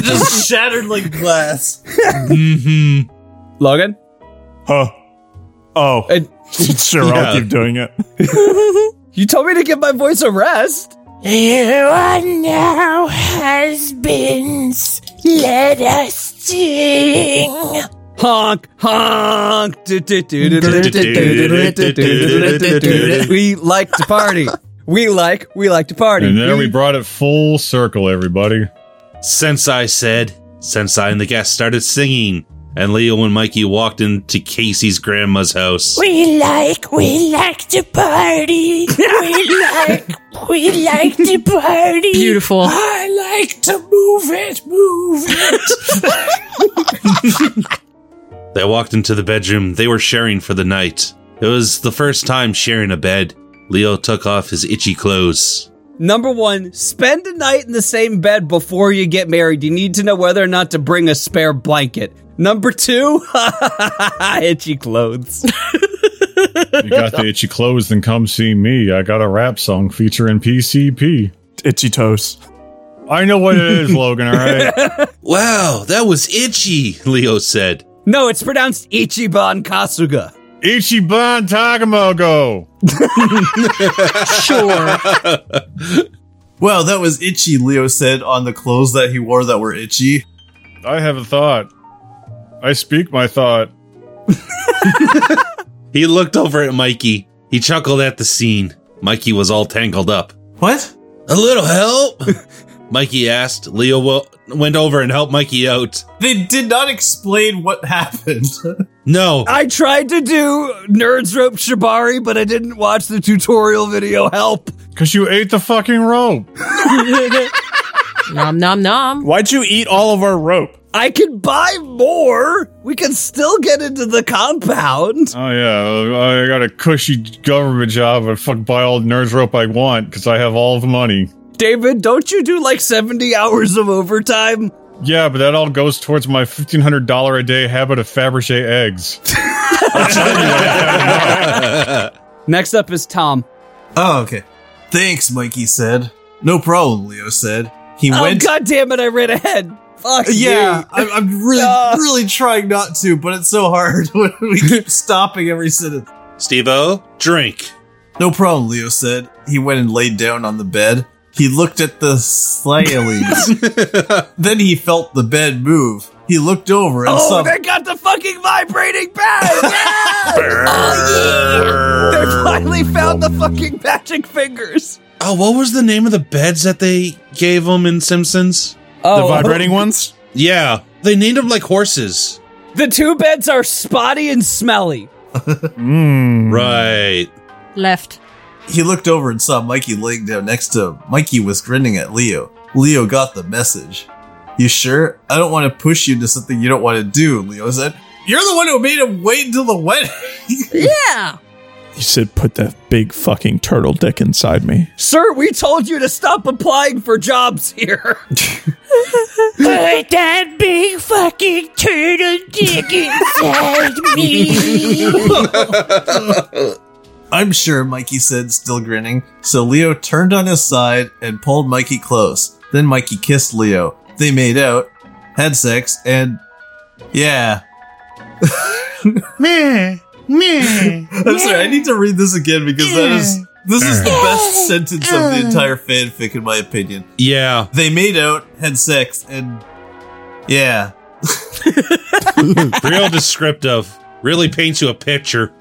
Just shattered like glass.
mm-hmm.
Logan?
Huh. Oh. [LAUGHS] sure, I'll
Yeah.
keep doing it.
You told me to give my voice a rest.
You are now husbands. Let us sing.
Honk, honk. We like to party. We like, we like to party.
And there we brought it full circle, everybody.
Sensei said. Sensei and the guests started singing, and Leo and Mikey walked into Casey's grandma's house.
We like, we like to party.
[LAUGHS]
We like, we like to party. [GASPS]
Beautiful.
I like to move it, move it.
They walked into the bedroom they were sharing for the night. It was the first time sharing a bed. Leo took off his itchy clothes.
Number one, spend a night in the same bed before you get married. You need to know whether or not to bring a spare blanket. Number
[LAUGHS]
two, itchy clothes.
You got the itchy clothes, then come see me. I got a rap song featuring PCP.
Itchy toes.
I know what it is, Logan, all right?
Wow, that was itchy, [LAUGHS] Leo said.
No, it's pronounced Ichiban Kasuga.
Ichiban Tagamogo.
sure. Wow, that was itchy, Leo said on the clothes that he wore that were itchy.
I have a thought. I speak my thought.
He looked over at Mikey. He chuckled at the scene. Mikey was all tangled up.
What?
A little help? [LAUGHS] Mikey asked. Leo wo- went over and helped Mikey out.
They did not explain what happened. [LAUGHS]
No.
I tried to do Nerds Rope Shibari, but I didn't watch the tutorial video. Help.
Because you ate the fucking rope.
nom nom nom.
Why'd you eat all of our rope?
I can buy more. We can still get into the compound.
Oh yeah, I got a cushy government job. I fuck buy all the nerds rope I want because I have all the money.
David, don't you do like 70 hours of overtime?
Yeah, but that all goes towards my fifteen hundred dollar a day habit of Fabergé eggs.
Next up is Tom.
Oh, okay. Thanks, Mikey said. No problem, Leo said. He
oh,
went.
God damn it, I ran ahead. Fuck
Yeah,
you.
I'm, I'm
[LAUGHS]
really, really trying not to, but it's so hard [LAUGHS] when we keep stopping every sentence.
Steve O, drink.
No problem, Leo said. He went and laid down on the bed. He looked at
[LAUGHS]
the slailings. then he felt the bed move. He looked over and
Oh,
saw.
they got the fucking vibrating bag! Yes! oh, yeah! They finally found the fucking magic fingers.
Oh, what was the name of the beds that they gave him in Simpsons?
Oh. vibrating
ones?
Yeah. They named them like horses.
The two beds are spotty and smelly.
Right.
Left.
He looked over and saw Mikey laying down next to him. Mikey was grinning at Leo. Leo got the message. You sure? I don't want to push you into something you don't want to do, Leo said. You're the one who made him wait until the wedding. [LAUGHS]
Yeah.
You said put that big fucking turtle dick inside me.
Sir, we told you to stop applying for jobs here.
Put that big fucking turtle dick inside me.
I'm sure, Mikey said, still grinning. So Leo turned on his side and pulled Mikey close. Then Mikey kissed Leo. They made out, had sex, and yeah. [LAUGHS]
Meh, meh.
I'm sorry, I need to read this again because that is this is the best sentence of the entire fanfic in my opinion.
Yeah.
They made out, had sex, and yeah.
Real descriptive. Really paints you a picture.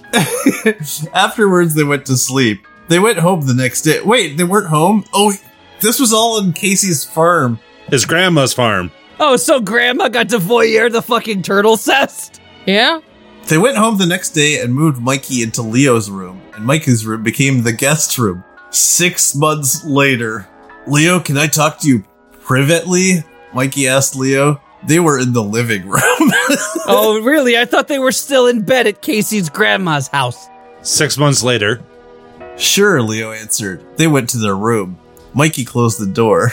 Afterwards they went to sleep. They went home the next day. Wait, they weren't home? Oh this was all on Casey's farm.
His grandma's farm.
[LAUGHS] Oh, so grandma got to voyeur the fucking turtle cest?
[LAUGHS] Yeah.
They went home the next day and moved Mikey into Leo's room. and Mike's room became the guest room. Six months later, Leo, can I talk to you privately? Mikey asked Leo. They were in the living room. [LAUGHS]
[LAUGHS] oh, really? I thought they were still in bed at Casey's grandma's house.
Six months later.
Sure, Leo answered. They went to their room. Mikey closed the door.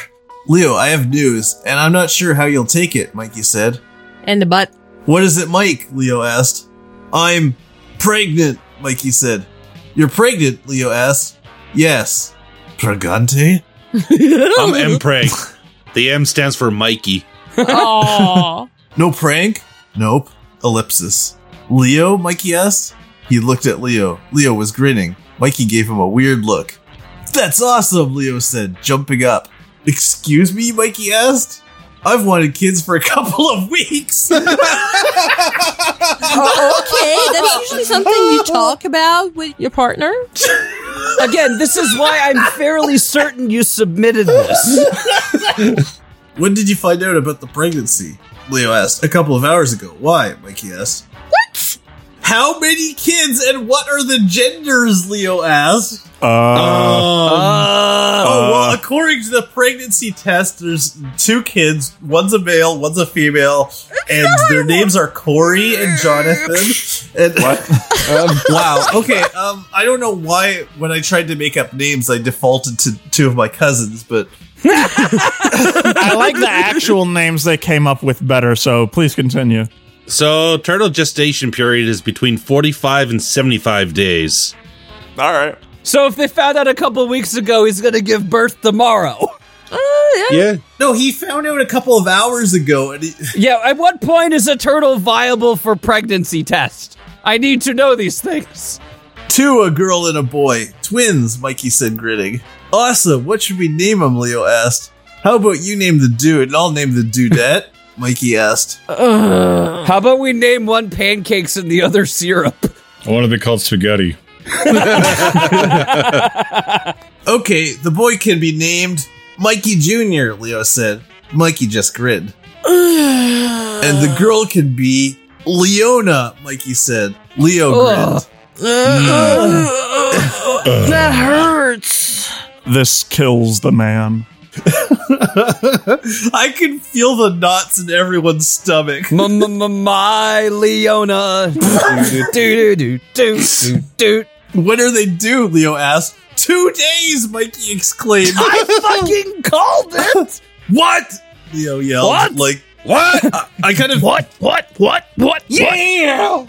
Leo, I have news, and I'm not sure how you'll take it, Mikey said.
And the butt.
What is it, Mike? Leo asked. I'm pregnant, Mikey said. You're pregnant? Leo asked. Yes. Pregante?
[LAUGHS]
I'm M Preg. The M stands for Mikey.
Aww.
No prank? Nope. Ellipsis. Leo? Mikey asked. He looked at Leo. Leo was grinning. Mikey gave him a weird look. That's awesome, Leo said, jumping up. Excuse me? Mikey asked. I've wanted kids for a [LAUGHS] couple of weeks.
Oh, okay, that's usually something you talk about with your partner.
Again, this is why I'm fairly certain you submitted [LAUGHS] this.
when did you find out about the pregnancy? Leo asked. A couple of hours ago. Why? Mikey asked. What? How many kids and what are the genders? Leo asked.
Uh,
oh, well, according to the pregnancy test, there's two kids. One's a male, one's a female, and their names are Corey and Jonathan. And [LAUGHS] what? wow. Okay. Um, I don't know why when I tried to make up names, I defaulted to two of my cousins, but
Oh, I like the actual names they came up with better, so please continue.
So, turtle gestation period is between 45 and 75 days.
All right.
So if they found out a couple weeks ago he's going to give birth tomorrow.
Yeah.
No, he found out a couple of hours ago, and he, [LAUGHS]
Yeah, at what point is a turtle viable for pregnancy test? I need to know these things.
Two, a girl and a boy. Twins, Mikey said, grinning. Awesome. What should we name them? Leo asked. How about you name the dude and I'll name the dudette? Mikey asked.
How about we name one pancakes and the other syrup?
I want to be called spaghetti.
Okay, the boy can be named Mikey Jr., Leo said. Mikey just
[SIGHS]
grinned. and the girl can be Leona, Mikey said. Leo grinned.
that hurts.
This kills the man.
I can feel the knots in everyone's stomach.
My Leona. Do do do do do do.
When are they due? Leo asked. Two days, Mikey
[LAUGHS]
exclaimed.
I fucking called it.
What? Leo yelled.
What?
Like,
What?
I, I kind of.
What? What? What? What? Yeah.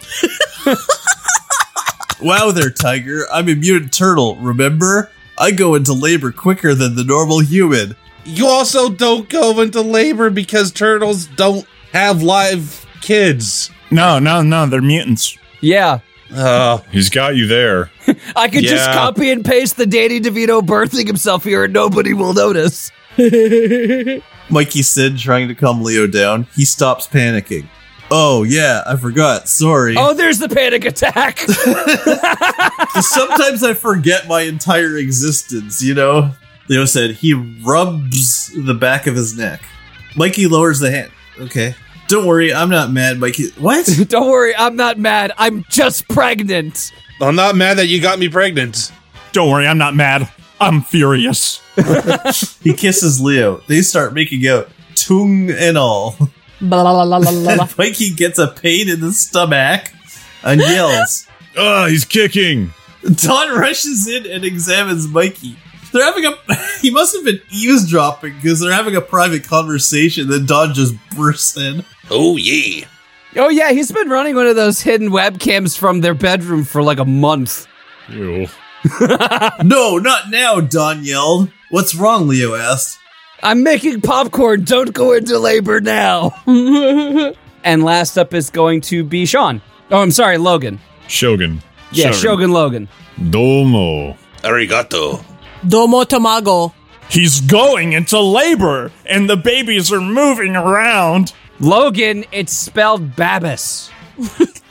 Wow there, Tiger. I'm a mutant turtle, remember? I go into labor quicker than the normal human.
You also don't go into labor because turtles don't have live kids.
No, no, no, they're mutants.
Yeah.
Oh,
He's got you there.
I could just
Yeah.
copy and paste the Danny DeVito birthing himself here and nobody will notice.
Mikey said, trying to calm Leo down. He stops panicking. Oh, yeah, I forgot. Sorry.
Oh, there's the panic attack.
[LAUGHS]
[LAUGHS]
Sometimes I forget my entire existence, you know? Leo said. He rubs the back of his neck. Mikey lowers the hand. Okay. Don't worry, I'm not mad, Mikey. What?
Don't worry, I'm not mad. I'm just pregnant.
I'm not mad that you got me pregnant.
Don't worry, I'm not mad. I'm furious.
he kisses Leo. They start making out, tongue and all. [LAUGHS]
Blah, blah, blah, blah, blah, blah.
Mikey gets a pain in the stomach and yells.
Oh, he's kicking.
Don rushes in and examines Mikey. They're having a. [LAUGHS] He must have been eavesdropping because they're having a private conversation. Then Don just bursts in.
Oh, yeah.
Oh yeah, he's been running one of those hidden webcams from their bedroom for like a month.
Ew.
No, not now, Don yelled. What's wrong? Leo asked.
I'm making popcorn. Don't go into labor now. [LAUGHS] and last up is going to be Sean. Oh, I'm sorry, Logan.
Shogun.
Yeah, Shogun Logan.
Domo.
Arigato.
[LAUGHS] Domo Tamago.
He's going into labor, and the babies are moving around,
Logan, it's spelled Babas.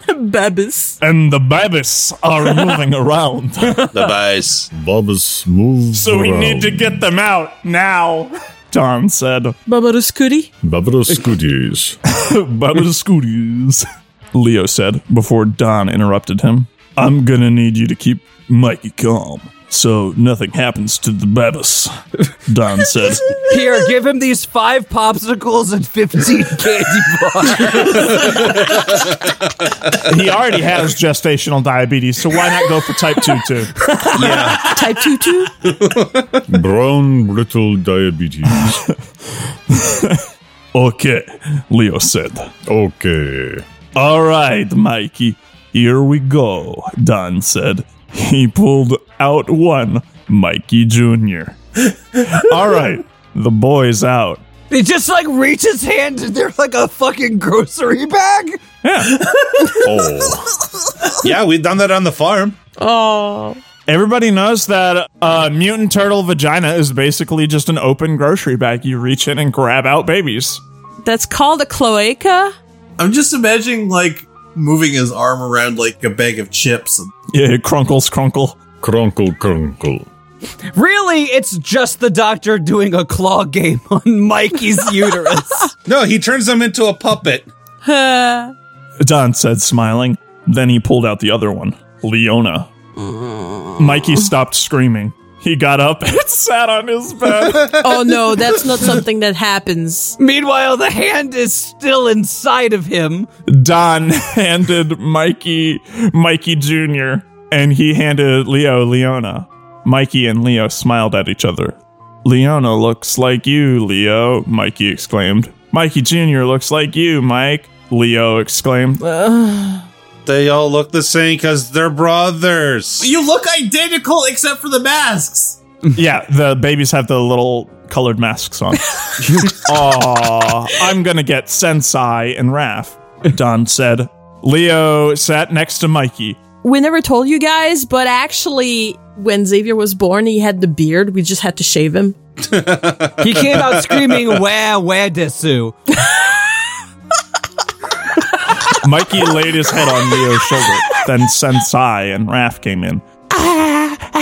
Babis.
and the babies are moving [LAUGHS] around.
The vice.
Bubba's moves.
So we
around.
need to get them out now. Don said,
Babarus Kuri.
[LAUGHS]
Bubba's goodies.
Baba the Scooties. Leo said before Don interrupted him. I'm gonna need you to keep Mikey calm so nothing happens to the Babas, Don said.
Here, give him these five popsicles and 15 [LAUGHS] candy bars.
he already has gestational diabetes, so why not go for type 2 too?
Type 2 2?
Brown brittle [LAUGHS] diabetes. okay, Leo said. Okay. All right, Mikey. Here we go, Don said. He pulled out one, Mikey Jr. All right, the boy's out.
He just like reaches hand and there's like a fucking grocery bag.
Oh. yeah, we've done that on the farm. Oh. Everybody knows that uh, mutant turtle vagina is basically just an open grocery bag. You reach in and grab out babies.
That's called a cloaca.
I'm just imagining like moving his arm around like a bag of chips.
Yeah, crunkles, crunkle.
Crunkle, crunkle.
Really, it's just the doctor doing a claw game on Mikey's uterus.
no, he turns him into a puppet.
Don said, smiling. Then he pulled out the other one, Leona. Mikey stopped screaming. He got up [LAUGHS] and sat on his bed.
oh no, that's [LAUGHS] not something that happens.
Meanwhile, the hand is still inside of him.
Don [LAUGHS] handed Mikey Mikey Jr. and he handed Leo Leona. Mikey and Leo smiled at each other. Leona looks like you, Leo, Mikey exclaimed. Mikey Jr. looks like you, Mike, Leo exclaimed.
They all look the same because they're brothers.
You look identical except for the masks.
[LAUGHS] yeah, the babies have the little colored masks on. [LAUGHS] Aw, I'm gonna get Sensei and Raph, Don said. Leo sat next to Mikey.
We never told you guys, but actually, when Xavier was born, he had the beard. We just had to shave him.
He came out [LAUGHS] screaming, "Where, where, desu?"
Mikey laid his head on Leo's shoulder. Then Sensei and Raph came in.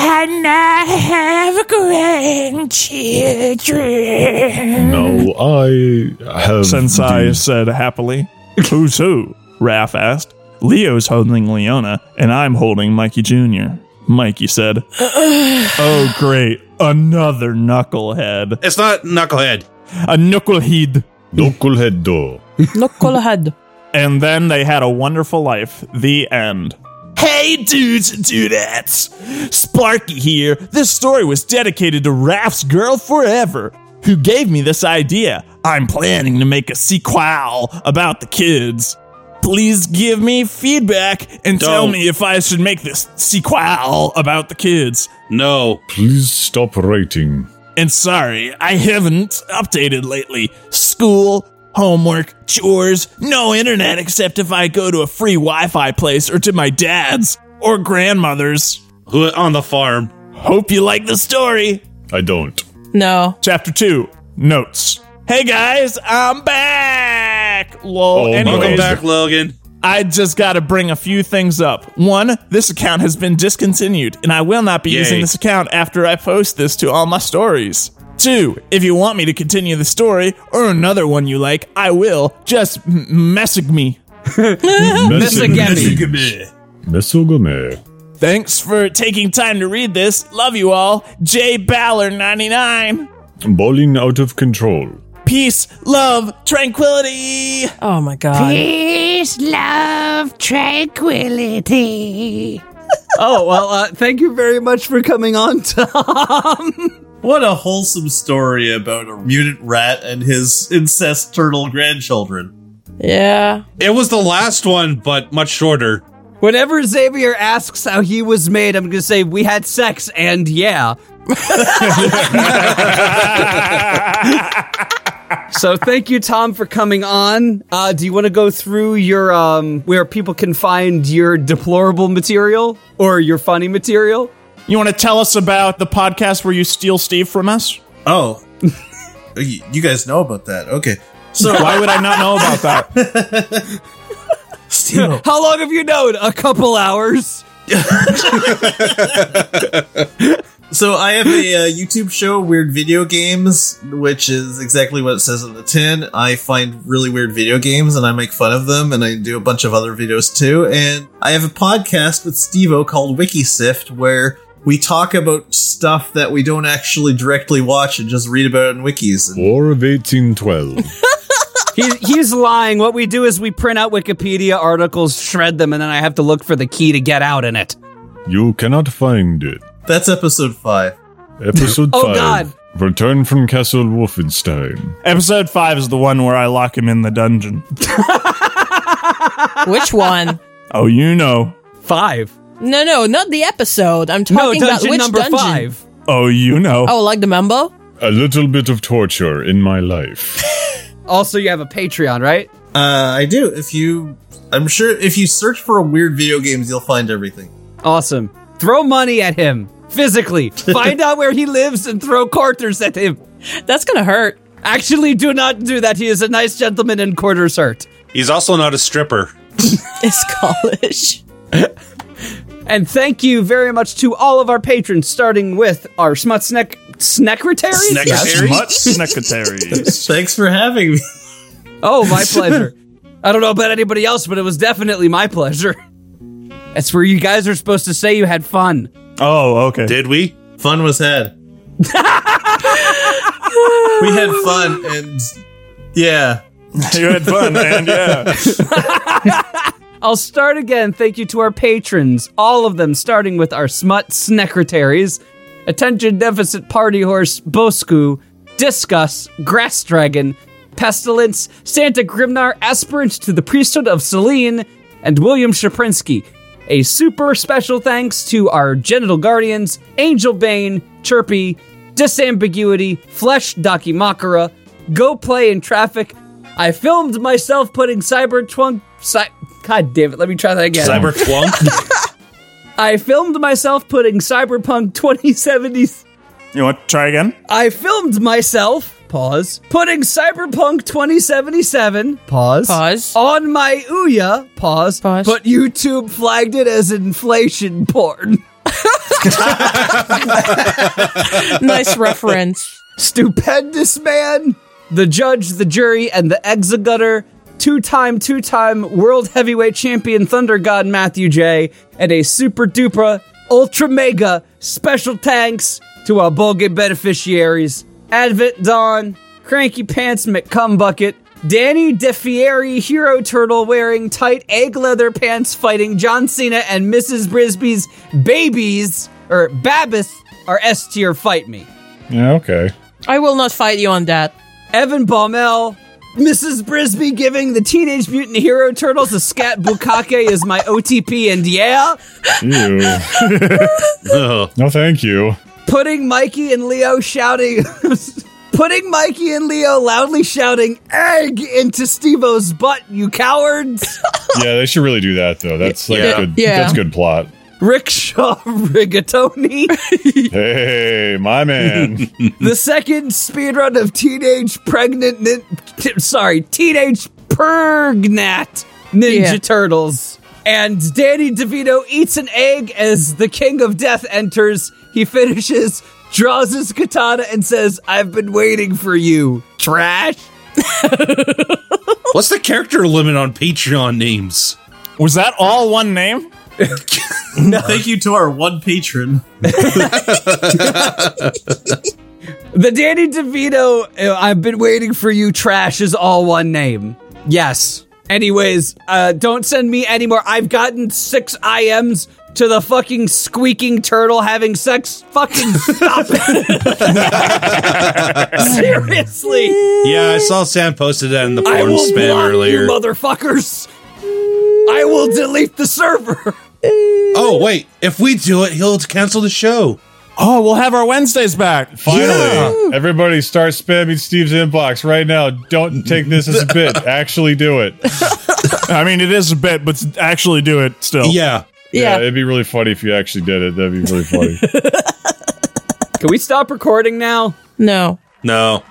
And I have grandchildren.
No, I have. Sensei said happily. Who's who? Raph asked. Leo's holding Leona, and I'm holding Mikey Jr. Mikey said, Oh, great. Another knucklehead.
[LAUGHS] It's not knucklehead.
A knucklehead. Knucklehead.
Knucklehead.
And then they had a wonderful life. The end. Hey, dudes and dudettes! Sparky here. This story was dedicated to Raph's girl forever, who gave me this idea. I'm planning to make a sequel about the kids. Please give me feedback and tell
Don't.
me if I should make this sequel about the kids.
No.
Please stop writing.
And sorry, I haven't updated lately. School, homework, chores, no internet except if I go to a free Wi Fi place or to my dad's or grandmother's.
Who on the farm?
Hope you like the story.
I don't.
No.
Chapter 2 Notes. Hey guys, I'm back! Lol.
Oh,
Anyways,
welcome back, Logan.
I just gotta bring a few things up. One, this account has been discontinued, and I will not be
Yay.
using this account after I post this to all my stories. Two, if you want me to continue the story or another one you like, I will. Just m- message me.
Message me. Mesogame.
Thanks for taking time to read this. Love you all. J Baller99.
Balling out of control.
Peace, love, tranquility.
Oh my god.
Peace, love, tranquility.
oh well, uh, thank you very much for coming on, [LAUGHS] Tom.
What a wholesome story about a mutant rat and his incest turtle grandchildren.
Yeah.
It was the last one, but much shorter.
Whenever Xavier asks how he was made, I'm gonna say we had sex, and [LAUGHS] yeah. so thank you, Tom, for coming on. Uh, do you want to go through your um, where people can find your deplorable material or your funny material?
You want to tell us about the podcast where you steal Steve from us?
Oh. Y- you guys know about that. Okay. So
why would I not know about that?
How long have you known? A couple hours.
So I have a uh, YouTube show, Weird Video Games, which is exactly what it says on the tin. I find really weird video games and I make fun of them, and I do a bunch of other videos too. And I have a podcast with Stevo called Wikisift, where we talk about stuff that we don't actually directly watch and just read about in wikis.
War of 1812.
He, he's lying. What we do is we print out Wikipedia articles, shred them, and then I have to look for the key to get out in it.
You cannot find it.
That's episode 5.
Episode
Oh,
5.
God.
Return from Castle Wolfenstein.
Episode 5 is the one where I lock him in the dungeon.
Which [LAUGHS] one?
Oh, you know.
Five.
No, no, not the episode. I'm
No,
talking about
dungeon
which
number
dungeon.
five.
Oh, you know.
Oh, like the mumbo?
A little bit of torture in my life.
Also, you have a Patreon, right?
Uh, I do. If you, I'm sure if you search for weird video games, you'll find everything.
Awesome. Throw money at him
[LAUGHS]
physically. Find out where he lives and throw quarters at him.
That's gonna hurt.
Actually, do not do that. He is a nice gentleman and quarters hurt.
He's also not a stripper.
[LAUGHS] It's college.
And thank you very much to all of our patrons, starting with our Smutsneck Snecretary.
Yes, much
[LAUGHS]
secretaries.
Thanks for having me. [LAUGHS]
Oh, my pleasure. I don't know about anybody else, but it was definitely my pleasure. That's where you guys are supposed to say you had fun.
Oh, okay.
Did we?
Fun was had. we had fun and yeah.
[LAUGHS] you had fun and yeah.
I'll start again. Thank you to our patrons, all of them, starting with our smut secretaries, attention deficit party horse Bosku, Discuss, Grass Dragon, Pestilence, Santa Grimnar, aspirant to the priesthood of Selene, and William Shaprinsky. A super special thanks to our genital guardians, Angel Bane, Chirpy, Disambiguity, Flesh Dakimakura, Go Play in Traffic. I filmed myself putting Cybertwunk. Cy- God damn it, let me try that again.
Cyber twunk.
I filmed myself putting Cyberpunk 2070.
You want to try again?
I filmed myself, pause, putting Cyberpunk 2077, pause,
Pause.
on my Ouya, pause, pause, but YouTube flagged it as inflation porn. [LAUGHS]
nice reference.
Stupendous man! The judge, the jury, and the exegutter, two time, two time world heavyweight champion Thunder God Matthew J, and a super duper, ultra mega special thanks to our Bulgate beneficiaries Advent Dawn, Cranky Pants McCumbucket, Danny DeFieri, hero turtle wearing tight egg leather pants, fighting John Cena and Mrs. Brisby's babies, or Babbith, are S tier fight me.
Yeah, okay.
I will not fight you on that.
Evan Baumel, Mrs. Brisby giving the Teenage Mutant Hero Turtles a scat bukake is my OTP, and yeah,
Ew. no, thank you.
putting Mikey and Leo shouting, [LAUGHS] putting Mikey and Leo loudly shouting egg into Stevo's butt, you cowards. [LAUGHS]
Yeah, they should really do that though. That's like
Yeah.
good.
Yeah.
That's good plot.
Rickshaw [LAUGHS] rigatoni.
Hey, my man.
the second speedrun of teenage pregnant, nin- t- sorry, teenage pregnant Ninja
Yeah.
Turtles. And Danny DeVito eats an egg as the King of Death enters. He finishes, draws his katana, and says, "I've been waiting for you, trash."
[LAUGHS] What's the character limit on Patreon names?
Was that all one name?
Thank you to our one patron.
The Danny DeVito, uh, I've been waiting for you, trash is all one name. Yes. Anyways, uh, don't send me anymore. I've gotten six IMs to the fucking squeaking turtle having sex. Fucking stop
[LAUGHS]
it. Seriously.
Yeah, I saw Sam posted that in the
I
porn
will
spam
block
earlier.
you motherfuckers. I will delete the server.
oh wait, if we do it, he'll cancel the show.
Oh, we'll have our Wednesdays back.
Finally, everybody start spamming Steve's inbox right now. Don't take this as a bit. Actually, do it.
I mean, it is a bit, but actually do it still.
Yeah.
Yeah.
it'd be really funny if you actually did it. That'd be really funny.
Can we stop recording now?
No.
No.